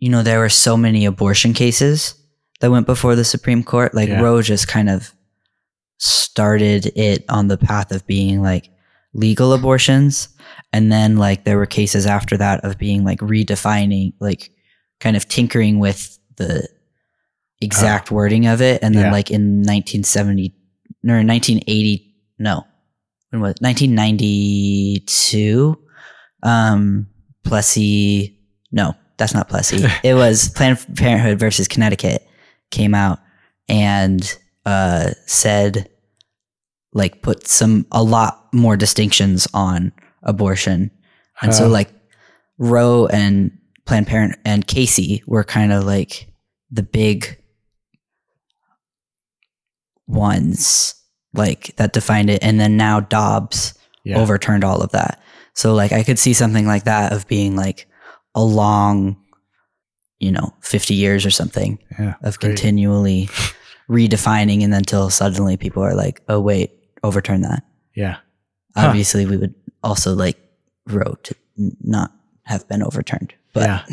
you know there were so many abortion cases that went before the Supreme Court like Yeah. Roe just kind of started it on the path of being like legal abortions and then like there were cases after that of being like redefining like kind of tinkering with the exact wording of it and then Yeah. like in 1970 or 1980 no when was it? 1992 um plessy no that's not plessy it was planned parenthood versus connecticut came out and uh said like put some a lot more distinctions on abortion and so Uh, like Roe and Planned Parent and Casey were kind of like the big ones like that defined it and then now Dobbs yeah, overturned all of that. So like I could see something like that of being like a long you know 50 years or something yeah, of great. continually redefining and then till suddenly people are like oh wait overturn that yeah, Huh. obviously we would also like Roe to n- not have been overturned, but yeah.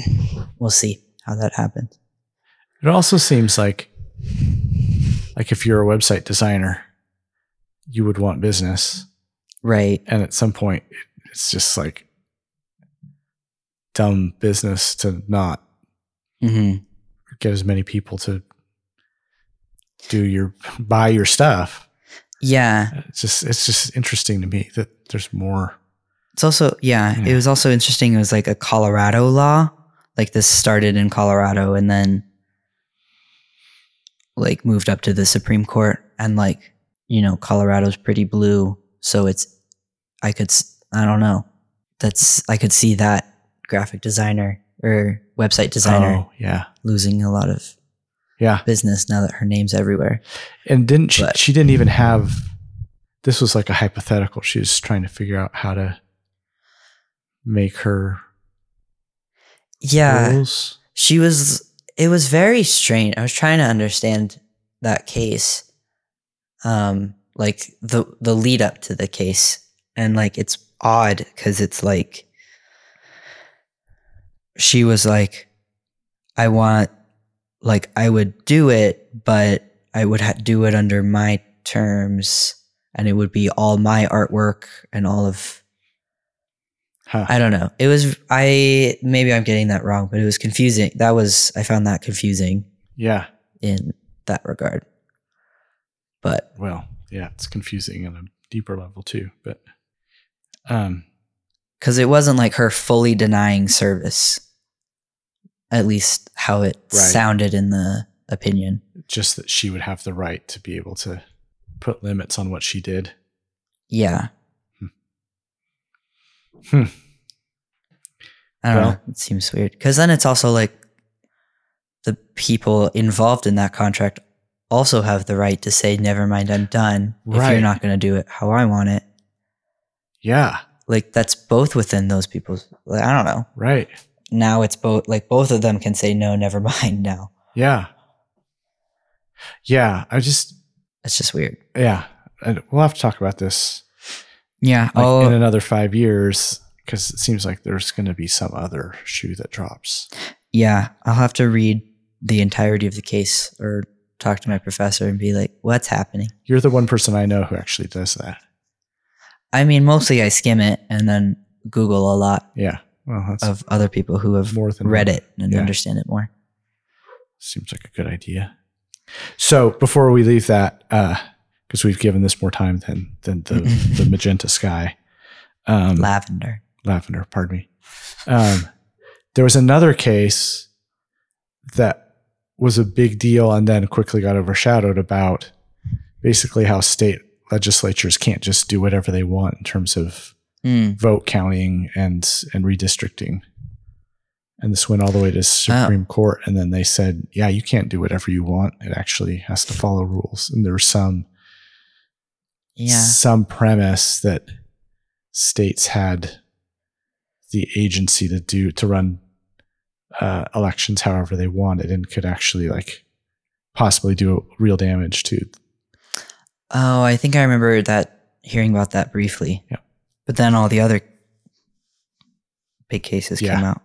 we'll see how that happens. It also seems like like if you're a website designer you would want business. Right. And at some point, it- it's just like dumb business to not Mm-hmm. get as many people to do your buy your stuff. Yeah. It's just it's just interesting to me that there's more. It's also yeah, Yeah. It was also interesting. It was like a Colorado law. Like this started in Colorado and then like moved up to the Supreme Court and like you know Colorado's pretty blue, so it's I could s- I don't know. That's I could see that graphic designer or website designer Oh yeah, losing a lot of yeah. business now that her name's everywhere. And didn't she? But- she didn't even have. This was like a hypothetical. She was trying to figure out how to make her Yeah. rules. she was it was very strange i was trying to understand that case um like the the lead up to the case and like it's odd cuz it's like she was like i want like i would do it but i would ha- do it under my terms and it would be all my artwork and all of Huh. I don't know. It was I maybe I'm getting that wrong, but it was confusing. That was I found that confusing yeah. in that regard. But Well, yeah. It's confusing on a deeper level too, but um, because it wasn't like her fully denying service, at least how it Right. sounded in the opinion. just that she would have the right to be able to put limits on what she did. Yeah. Hmm. I don't Well- know. It seems weird. Because then it's also like the people involved in that contract also have the right to say, never mind, I'm done. If Right. you're not going to do it how I want it. Yeah. Like that's both within those people's. Like, I don't know. Right. Now it's both, like both of them can say, no, never mind now. Yeah. Yeah. I just, It's just weird. yeah. And we'll have to talk about this Yeah. like, oh, in another five years because it seems like there's going to be some other shoe that drops. Yeah, I'll have to read the entirety of the case or talk to my professor and be like, what's happening? You're the one person I know who actually does that. I mean, mostly I skim it and then Google a lot Yeah. Well, that's of other people who have more than read it and Yeah. understand it more. Seems like a good idea. So before we leave that, because we've given this more time than than the, the magenta sky, um, Lavender. lavender. Pardon me. Um, there was another case that was a big deal and then quickly got overshadowed about basically how state legislatures can't just do whatever they want in terms of Mm. vote counting and and redistricting. And this went all the way to Supreme Court, and then they said, "Yeah, you can't do whatever you want. It actually has to follow rules." And there was some Yeah. some premise that states had the agency to do to run uh, elections however they wanted, and could actually like possibly do real damage to. Oh, I think I remember that hearing about that briefly. Yeah. But then all the other big cases Yeah. came out.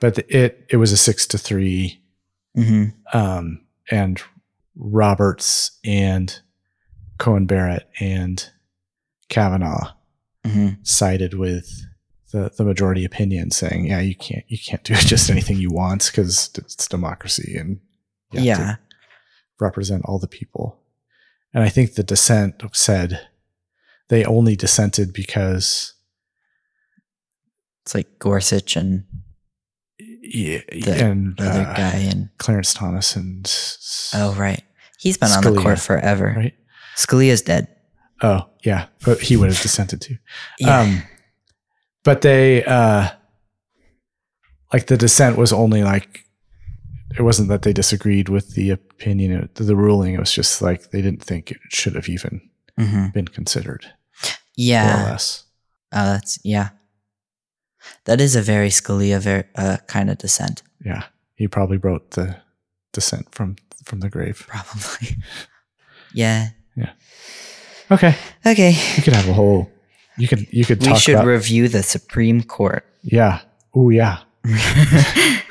But it it was a six to three hmm um, and Roberts and Cohen Barrett and Kavanaugh hmm sided with the, the majority opinion, saying, "Yeah, you can't you can't do just anything you want because it's democracy and you have Yeah. to represent all the people." And I think the dissent said they only dissented because It's like Gorsuch and yeah, The and the other uh, guy and Clarence Thomas and s- oh right. He's been on the Scalia, court forever. right Scalia's dead. oh yeah, but he would have dissented too. Yeah. Um, but they, uh, like the dissent was only like, it wasn't that they disagreed with the opinion, it- the ruling. It was just like they didn't think it should have even hmm been considered, more or Yeah. less. Uh, that's yeah. That is a very Scalia ver- uh, kind of descent, Yeah, he probably wrote the dissent from from the grave. probably. yeah. Okay, Okay. you could have a whole. You could you could We talk should about review the Supreme Court. yeah. Oh yeah.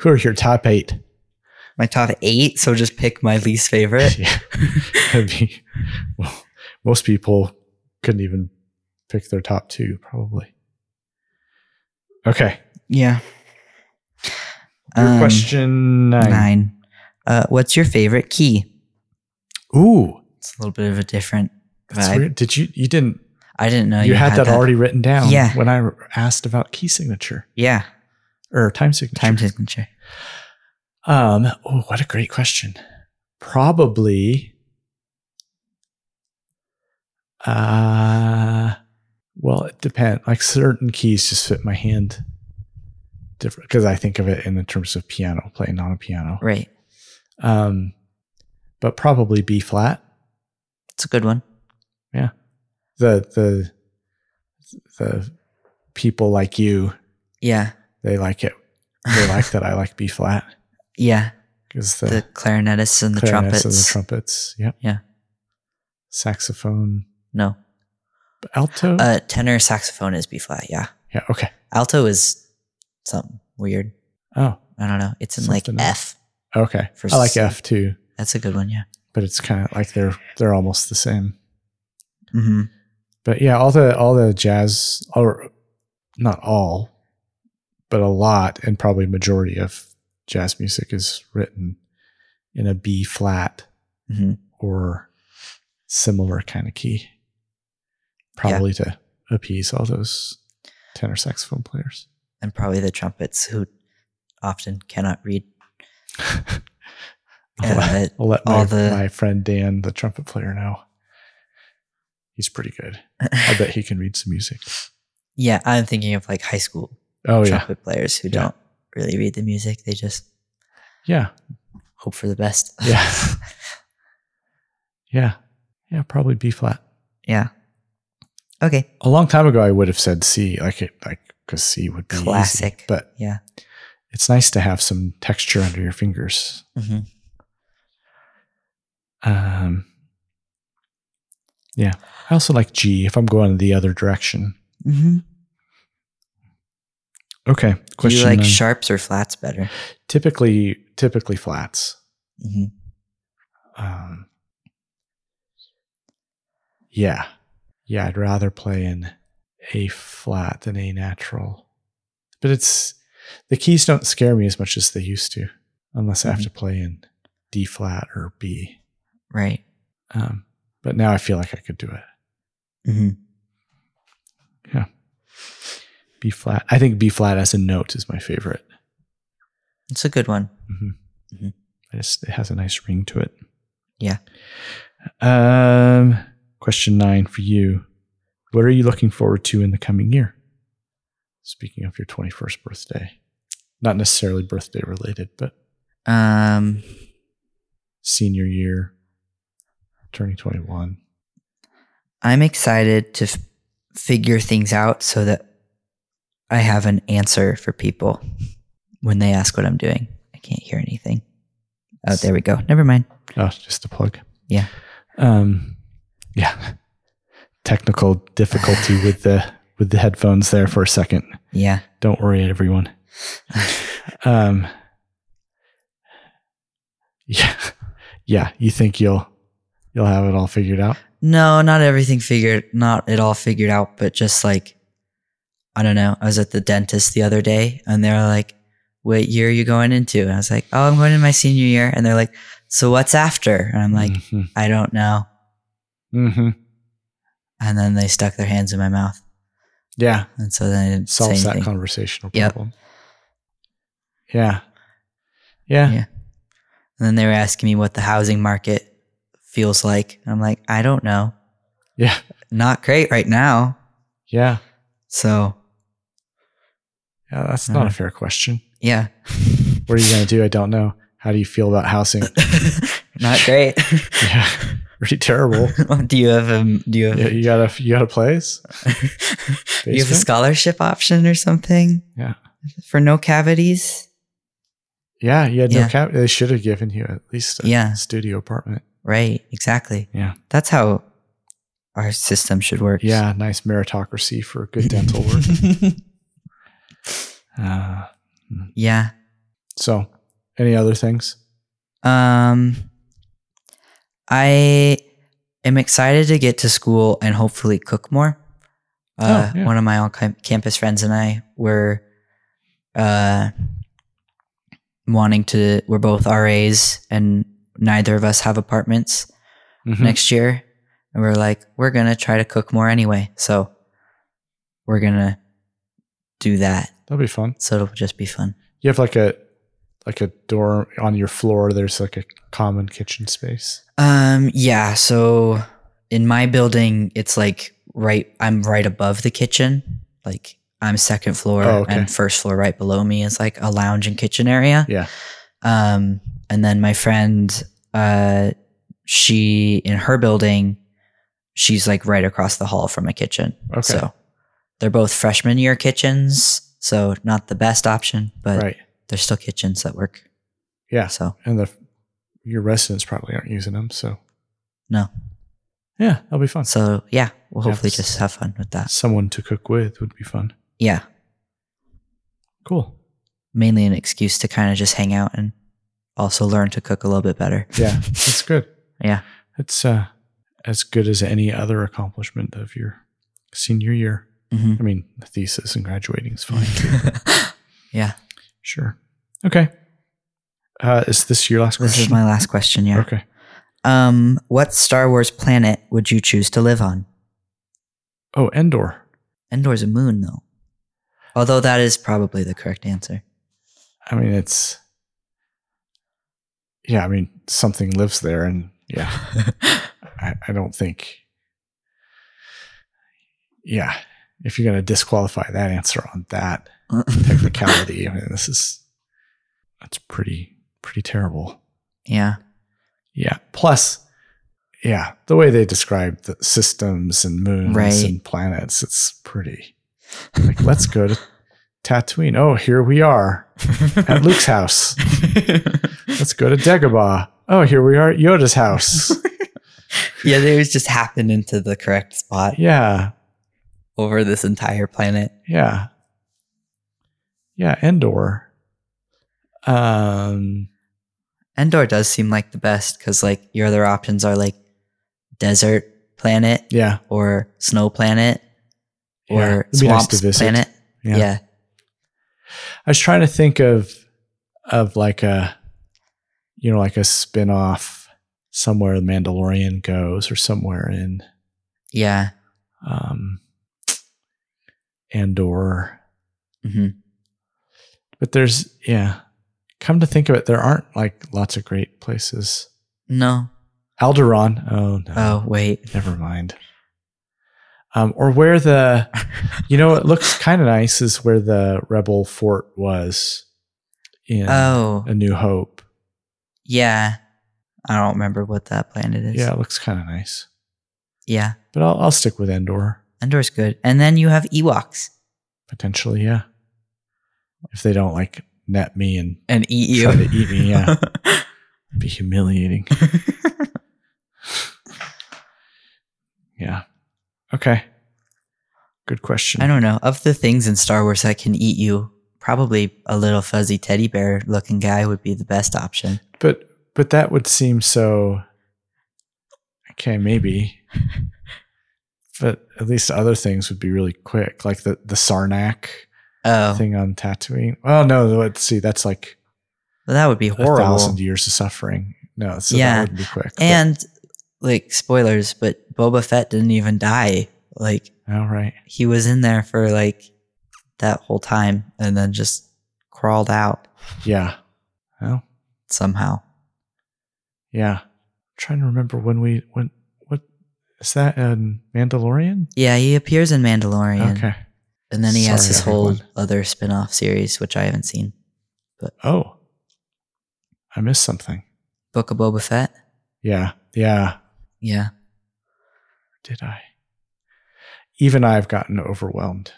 Who are your top eight? my top eight, so just pick my least favorite. Yeah. That'd be- we'll, most people couldn't even pick their top two, probably. Okay. Yeah. Your Um, question nine. Nine. Uh, what's your favorite key? Ooh, It's a little bit of a different that's vibe. weird. Did you? You didn't. I didn't know you, had, that, already written down. Yeah. When I asked about key signature Yeah, or time signature. time signature. Um, oh, what a great question. Probably uh well, it depends. Like certain keys just fit my hand different because I think of it in the terms of piano, playing on a piano. Right. Um but probably B flat. It's a good one. The the the people like you, Yeah. they like it. They like that I like B flat Yeah. because The, clarinetists and the clarinets trumpets. and the trumpets. Yep. Yeah. Saxophone, no. alto. Uh, tenor saxophone is B flat. Yeah. yeah. Okay. Alto is something weird. Oh. I don't know. It's in Something like else. F. Okay. For I like s- F too, That's a good one. Yeah. but it's kind of like they're they're almost the same. Mm-hmm. But yeah, all the all the jazz or not all, but a lot and probably majority of jazz music is written in a B flat Mm-hmm. or similar kind of key. Probably to appease all those tenor saxophone players. And probably the trumpets who often cannot read. I'll let- Uh, I'll let my, all the- my friend Dan, the trumpet player, know. He's pretty good. I bet he can read some music. yeah. I'm thinking of like high school Oh yeah, trumpet players who Yeah. don't really read the music. They just yeah, hope for the best. Yeah. yeah, yeah. Probably B flat. yeah. Okay. A long time ago, I would have said C, like it, like because C would be easy, Classic. but Yeah. it's nice to have some texture under your fingers. hmm Um, yeah, I also like G if I'm going the other direction. hmm Okay, Do question. you like nine. sharps or flats better? typically, typically flats. Mm-hmm. hmm Um, yeah. Yeah, I'd rather play in A flat than A natural. But it's the keys don't scare me as much as they used to, unless I have to play in D flat or B. Right. Um, but now I feel like I could do it. Mm-hmm. hmm B flat. I think B flat as a note is my favorite. It's a good one. Mm-hmm. I just, it has a nice ring to it. Mm-hmm. Yeah. Um, question nine for you. What are you looking forward to in the coming year? Speaking of your 21st birthday, not necessarily birthday related, but Um, senior year, turning 21. I'm excited to f- figure things out so that I have an answer for people when they ask what I'm doing. I can't hear anything. Oh, there we go. Never mind. Oh, just a plug. Yeah. Um, yeah. Technical difficulty with the with the headphones there for a second. Yeah. Don't worry, everyone. um, yeah, yeah. You think you'll you'll have it all figured out? No, not everything figured, not it all figured out, but just like, I don't know. I was at the dentist the other day and they're like, what year are you going into? And I was like, oh, I'm going into my senior year. And they're like, so what's after? And I'm like, hmm I don't know. Mm-hmm. And then they stuck their hands in my mouth. yeah, And so then I didn't solves say that anything. conversational Yep. problem. Yeah, yeah, Yeah. and then they were asking me what the housing market feels like. And I'm like, I don't know. yeah, Not great right now. yeah. So Yeah, that's not Uh-huh. a fair question. yeah, What are you gonna do? I don't know. How do you feel about housing? not great. yeah, pretty terrible. do you have a do you have Yeah, you got a you got a place? Do you have a Basement? scholarship option or something? Yeah. For no cavities? Yeah, you had no Yeah. cap. They should have given you at least a Yeah. studio apartment. Right, exactly. Yeah. That's how our system should work. Yeah, nice meritocracy for good dental work. Uh, yeah. so, any other things? Um I am excited to get to school and hopefully cook more. Uh, Oh, yeah. One of my on campus friends and I were uh, wanting to, we're both RAs and neither of us have apartments Mm-hmm. next year. And we're like, we're going to try to cook more anyway. So we're going to do that. That'll be fun. So it'll just be fun. You have like a like a door on your floor. There's like a common kitchen space. Um, yeah, so in my building, it's like right I'm right above the kitchen. Like I'm second floor Oh, okay. and first floor right below me is like a lounge and kitchen area. Yeah. Um, and then my friend, uh, she in her building, she's like right across the hall from a kitchen. Okay. So they're both freshman year kitchens, so not the best option, but right. they're still kitchens that work. Yeah. So And the your residents probably aren't using them, so no. yeah, that'll be fun. So yeah, we'll Yeah, hopefully that's- just have fun with that. Someone to cook with would be fun. Yeah. Cool. mainly an excuse to kind of just hang out and also learn to cook a little bit better. Yeah, that's good. Yeah. It's uh as good as any other accomplishment of your senior year. Mhm. I mean, the thesis and graduating is fine. too. yeah. sure. Okay. Uh, is this your last This question? is my last question. Yeah. Okay. Um, what Star Wars planet would you choose to live on? Oh, Endor. Endor's a moon, though. Although that is probably the correct answer. I mean, it's yeah. I mean, something lives there, and yeah, I, I don't think yeah. If you're gonna disqualify that answer on that technicality, I mean, this is that's pretty pretty terrible. yeah. Yeah. Plus, yeah, the way they describe the systems and moons Right. and planets, it's pretty. Like, let's go to Tatooine. Oh, here we are at Luke's house. Let's go to Dagobah. Oh, here we are at Yoda's house. yeah, they always just happen into the correct spot yeah, over this entire planet. yeah, yeah. Endor. Um. Endor does seem like the best because, like, your other options are like desert planet Yeah. or snow planet yeah. or It'd be nice swamp to visit. planet. Yeah. I was trying to think of of like a you know like a spin-off somewhere the Mandalorian goes or somewhere in Yeah. um Andor. hmm But there's yeah. Come to think of it, there aren't like lots of great places. No. Alderaan. Oh no. Oh, wait. Never mind. Um, or where the you know it looks kind of nice is where the rebel fort was in Oh, A New Hope. yeah. I don't remember what that planet is. Yeah, it looks kind of nice. Yeah. But I'll, I'll stick with Endor Endor's good. And then you have Ewoks potentially. Yeah, if they don't like net me and and eat try to eat me, yeah, it'd be humiliating. yeah. Okay. Good question. I don't know. Of the things in Star Wars that can eat you, probably a little fuzzy teddy bear looking guy would be the best option. But but that would seem so. Okay, maybe. but at least other things would be really quick, like the the Sarnak Oh, thing on Tatooine. Well, no, let's see. That's like well, that would be a horrible. thousand years of suffering. No, so Yeah. that would be quick. but- And like spoilers, but Boba Fett didn't even die. Like all right. he was in there for like that whole time and then just crawled out Yeah. Well, somehow. yeah. I'm trying to remember when we when what is that in Mandalorian? Yeah, he appears in Mandalorian. Okay. And then he has Sorry, his whole everyone. other spin off series, which I haven't seen Oh. I missed something. Book of Boba Fett. Yeah. Yeah. Yeah. Did I? Even I've gotten overwhelmed.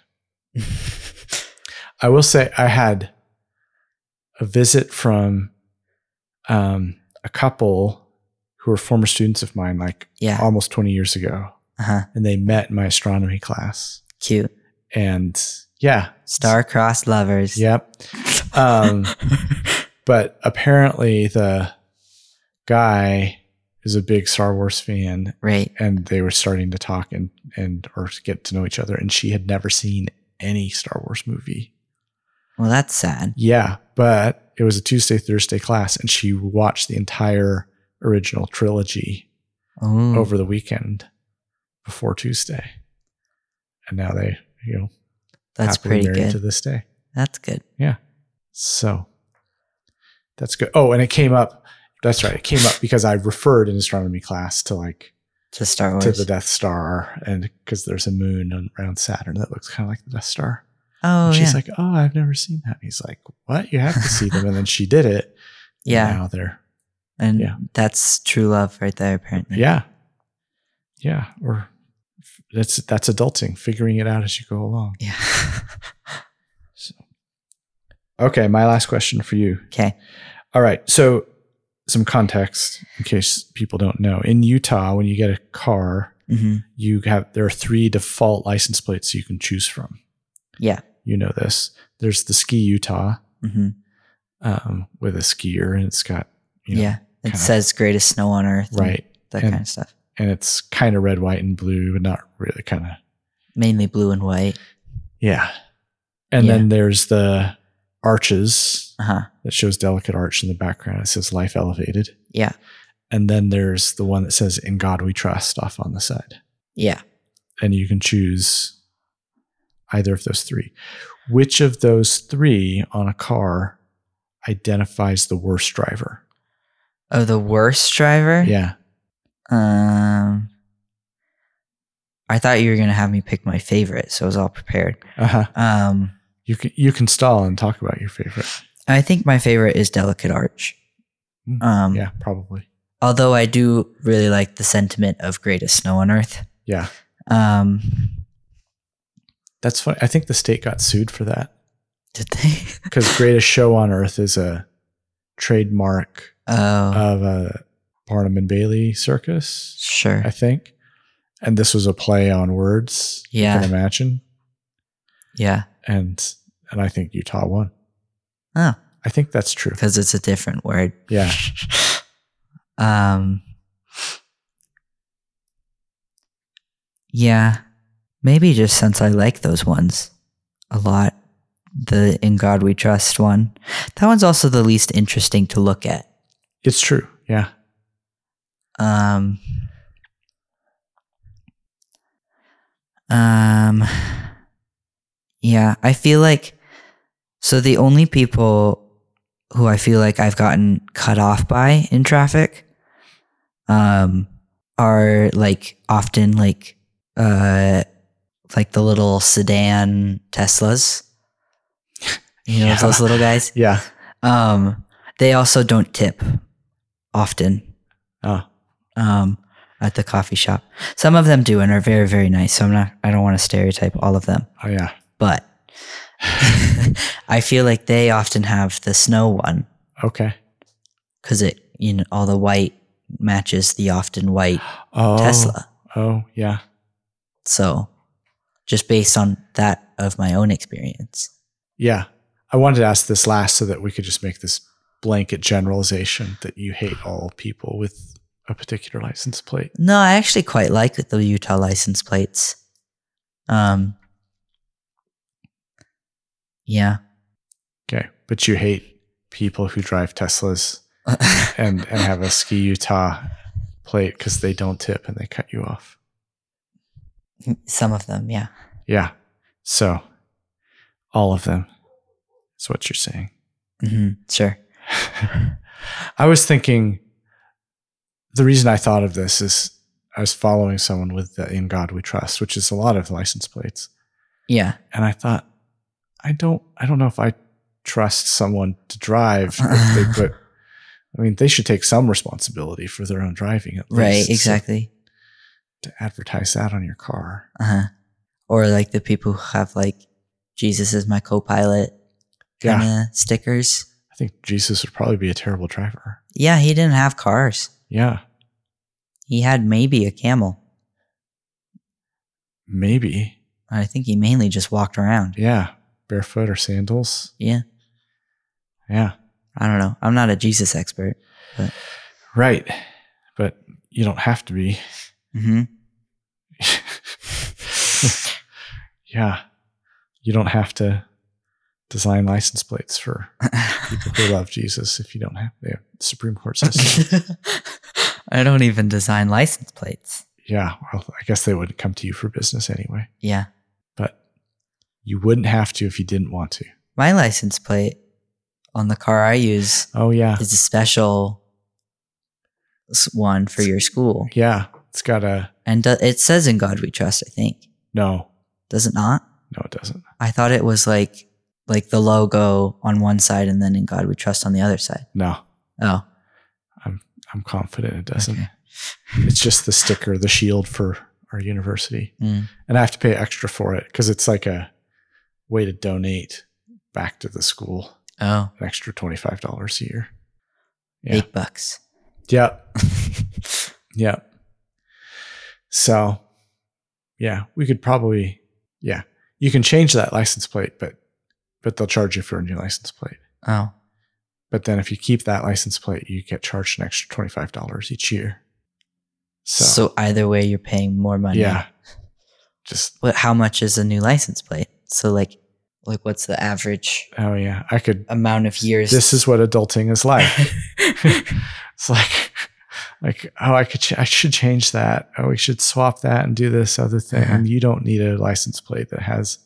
I will say I had a visit from um, a couple who were former students of mine, like yeah. almost 20 years ago, Uh huh. and they met in my astronomy class. Cute. And yeah, Star crossed lovers. Yep. Um, but apparently, the guy is a big Star Wars fan, right. and they were starting to talk and and or get to know each other, and she had never seen any Star Wars movie. Well, that's sad. Yeah, but it was a Tuesday Thursday class, and she watched the entire original trilogy Oh, over the weekend before Tuesday, and now they you know that's happily pretty married good. to this day. that's good. So that's good. Oh, and it came up. That's right. It came up because I referred in astronomy class to like To Star to the Wars. Death Star, and because there's a moon on- around Saturn that looks kind of like the Death Star. oh, and she's yeah. like, "Oh, I've never seen that." And he's like, "What? You have to see them." And then she did it. And yeah. Now they're And Yeah. that's true love right there, apparently. yeah, yeah. Or that's that's adulting, figuring it out as you go along. Yeah. Okay, my last question for you. okay. All right. So, some context in case people don't know. In Utah, when you get a car, hmm you have there are three default license plates you can choose from. Yeah. You know this. There's the Ski Utah hmm um, with a skier, and it's got you know, yeah. It kinda- says greatest snow on earth. and right, That and- kind of stuff. and it's kind of red, white, and blue, but not really kind of Mainly blue and white. yeah. And then there's the arches Uh huh. that shows delicate arch in the background. It says life elevated. Yeah. And then there's the one that says "In God We Trust" off on the side. Yeah. and you can choose either of those three. Which of those three on a car identifies the worst driver? Oh, the worst driver? Yeah. Um, I thought you were gonna have me pick my favorite, so I was all prepared. Uh huh. Um, You can you can stall and talk about your favorite. I think my favorite is Delicate Arch. Mm, Um, Yeah, probably. although I do really like the sentiment of greatest snow on earth. Yeah, Um, that's funny. I think the state got sued for that did they? because "Greatest Show on Earth" is a trademark Oh, of a Barnum and Bailey circus, sure. I think. And this was a play on words. I yeah, can imagine. yeah. and and I think Utah won. Oh. I think that's true. Because it's a different word. Yeah, Um. Yeah, maybe just since I like those ones a lot, the "In God We Trust" one. That one's also the least interesting to look at. it's true. Yeah, Um. Um. Yeah, I feel like so the only people who I feel like I've gotten cut off by in traffic um are like often like uh like the little sedan Teslas. You know Yeah. those little guys? yeah. Um they also don't tip often Oh, um, at the coffee shop. Some of them do and are very, very nice. So I'm not, I don't want to stereotype all of them, oh yeah. but I feel like they often have the snow one Okay. because it, you know, all the white matches the often white Oh, Tesla. Oh yeah. So just based on that of my own experience. Yeah. I wanted to ask this last so that we could just make this blanket generalization that you hate all people with a particular license plate. No, I actually quite like the Utah license plates. Um, yeah. Okay, but you hate people who drive Teslas and and have a ski Utah plate because they don't tip and they cut you off. Some of them, yeah. Yeah. So all of them is what you're saying. hmm Sure. I was thinking the reason I thought of this is I was following someone with the In God We Trust, which is a lot of license plates. Yeah. And I thought, I don't I don't know if I trust someone to drive if they put I mean, they should take some responsibility for their own driving at Right, least. exactly. To advertise that on your car. Uh huh. Or like the people who have like Jesus is my co-pilot Yeah. kind of stickers. I think Jesus would probably be a terrible driver. Yeah, he didn't have cars. Yeah. He had maybe a camel. Maybe. I think he mainly just walked around. Yeah, barefoot or sandals. Yeah. Yeah, I don't know. I'm not a Jesus expert. right. But you don't have to be. hmm yeah. You don't have to design license plates for people who love Jesus if you don't have the Supreme Court says. so. I don't even design license plates. yeah. Well, I guess they wouldn't come to you for business anyway, Yeah. but you wouldn't have to if you didn't want to. My license plate on the car I use Oh, yeah. is a special s- one for your school. Yeah. It's got a And do- it says in God we trust, I think. no. Does it not? No, it doesn't. I thought it was like like the logo on one side and then in God we trust on the other side. No. Oh, I'm confident it doesn't. Okay. It's just the sticker, the shield for our university. Mm. And I have to pay extra for it because it's like a way to donate back to the school oh, an extra $25 a year. Yeah. eight bucks. Yep. Yep. So, yeah, we could probably, yeah, you can change that license plate, but, but they'll charge you for a new license plate. oh, But then if you keep that license plate, you get charged an extra $25 each year. so. either way, you're paying more money. Yeah. Just But how much is a new license plate? So like, like what's the average oh yeah, I could. amount of years? This is what adulting is like. it's like, like oh, I could, ch- I should change that. Oh, we should swap that and do this other thing. Uh-huh. And you don't need a license plate that has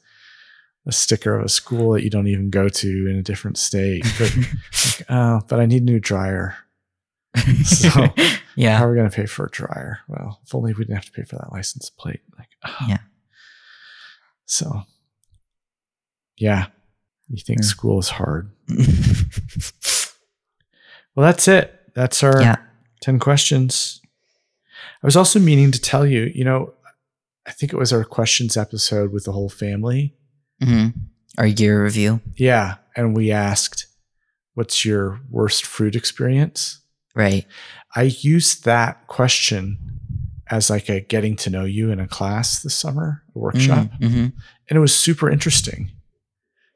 a sticker of a school that you don't even go to in a different state. But, like, oh, but I need a new dryer. So- How yeah, are we going to pay for a dryer? Well, if only we didn't have to pay for that license plate. Like, oh. Yeah. So, yeah, you think Yeah. school is hard? Well, that's it. That's our yeah. 10 questions. I was also meaning to tell you, you know, I think it was our questions episode with the whole family. hmm Our year review, Yeah. And we asked, what's your worst fruit experience? right? I used that question as like a getting to know you in a class this summer, a workshop. hmm and it was super interesting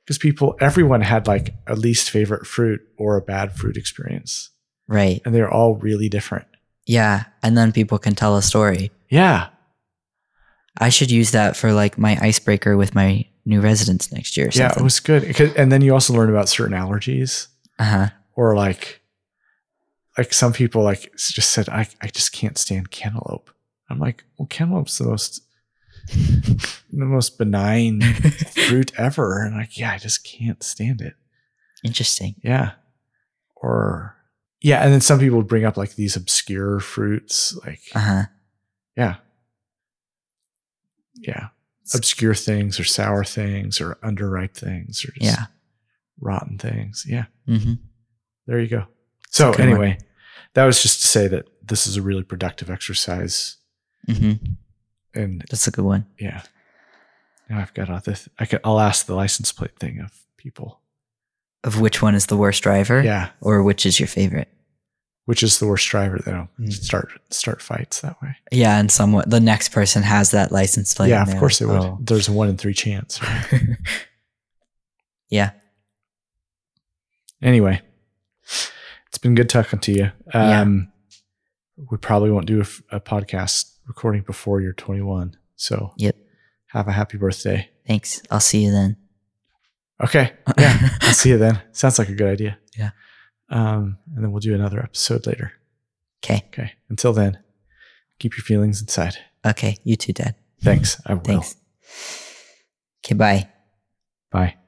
because people everyone had like a least favorite fruit or a bad fruit experience Right. and they're all really different Yeah, and then people can tell a story. yeah I should use that for like my icebreaker with my new residents next year. Or yeah it was good 'Cause- and then you also learn about certain allergies Uh huh. or like like some people like s- just said i, I just can't stand cantaloupe i'm like well cantaloupe's the most the most benign fruit ever and like yeah i just can't stand it Interesting. Yeah. Or yeah, and then some people would bring up like these obscure fruits, like Uh huh. yeah. Yeah. Obscure things or sour things or underripe things or just Yeah. rotten things. Yeah. Mm-hmm. There you go. So good one. Oh, anyway, that was just to say that this is a really productive exercise Mm-hmm. and That's a good one. yeah. Now I've got all this I could I'll ask the license plate thing of people. Of which one is the worst driver? Yeah. Or which is your favorite? Which is the worst driver that'll Mm. start start fights that way. Yeah, and someone the next person has that license plate. yeah, and of they're course it like, would. "Oh." There's a one in three chance. right? yeah. Anyway, it's been good talking to you. Yeah. Um, We probably won't do a, f- a podcast recording before you're 21. So Yep. have a happy birthday. Thanks. I'll see you then. Okay. Yeah. I'll see you then. Sounds like a good idea. Yeah. Um, and then we'll do another episode later. okay. Okay. Until then, keep your feelings inside. Okay. You too, Dad. Thanks. I will. Thanks. Okay. Bye. Bye.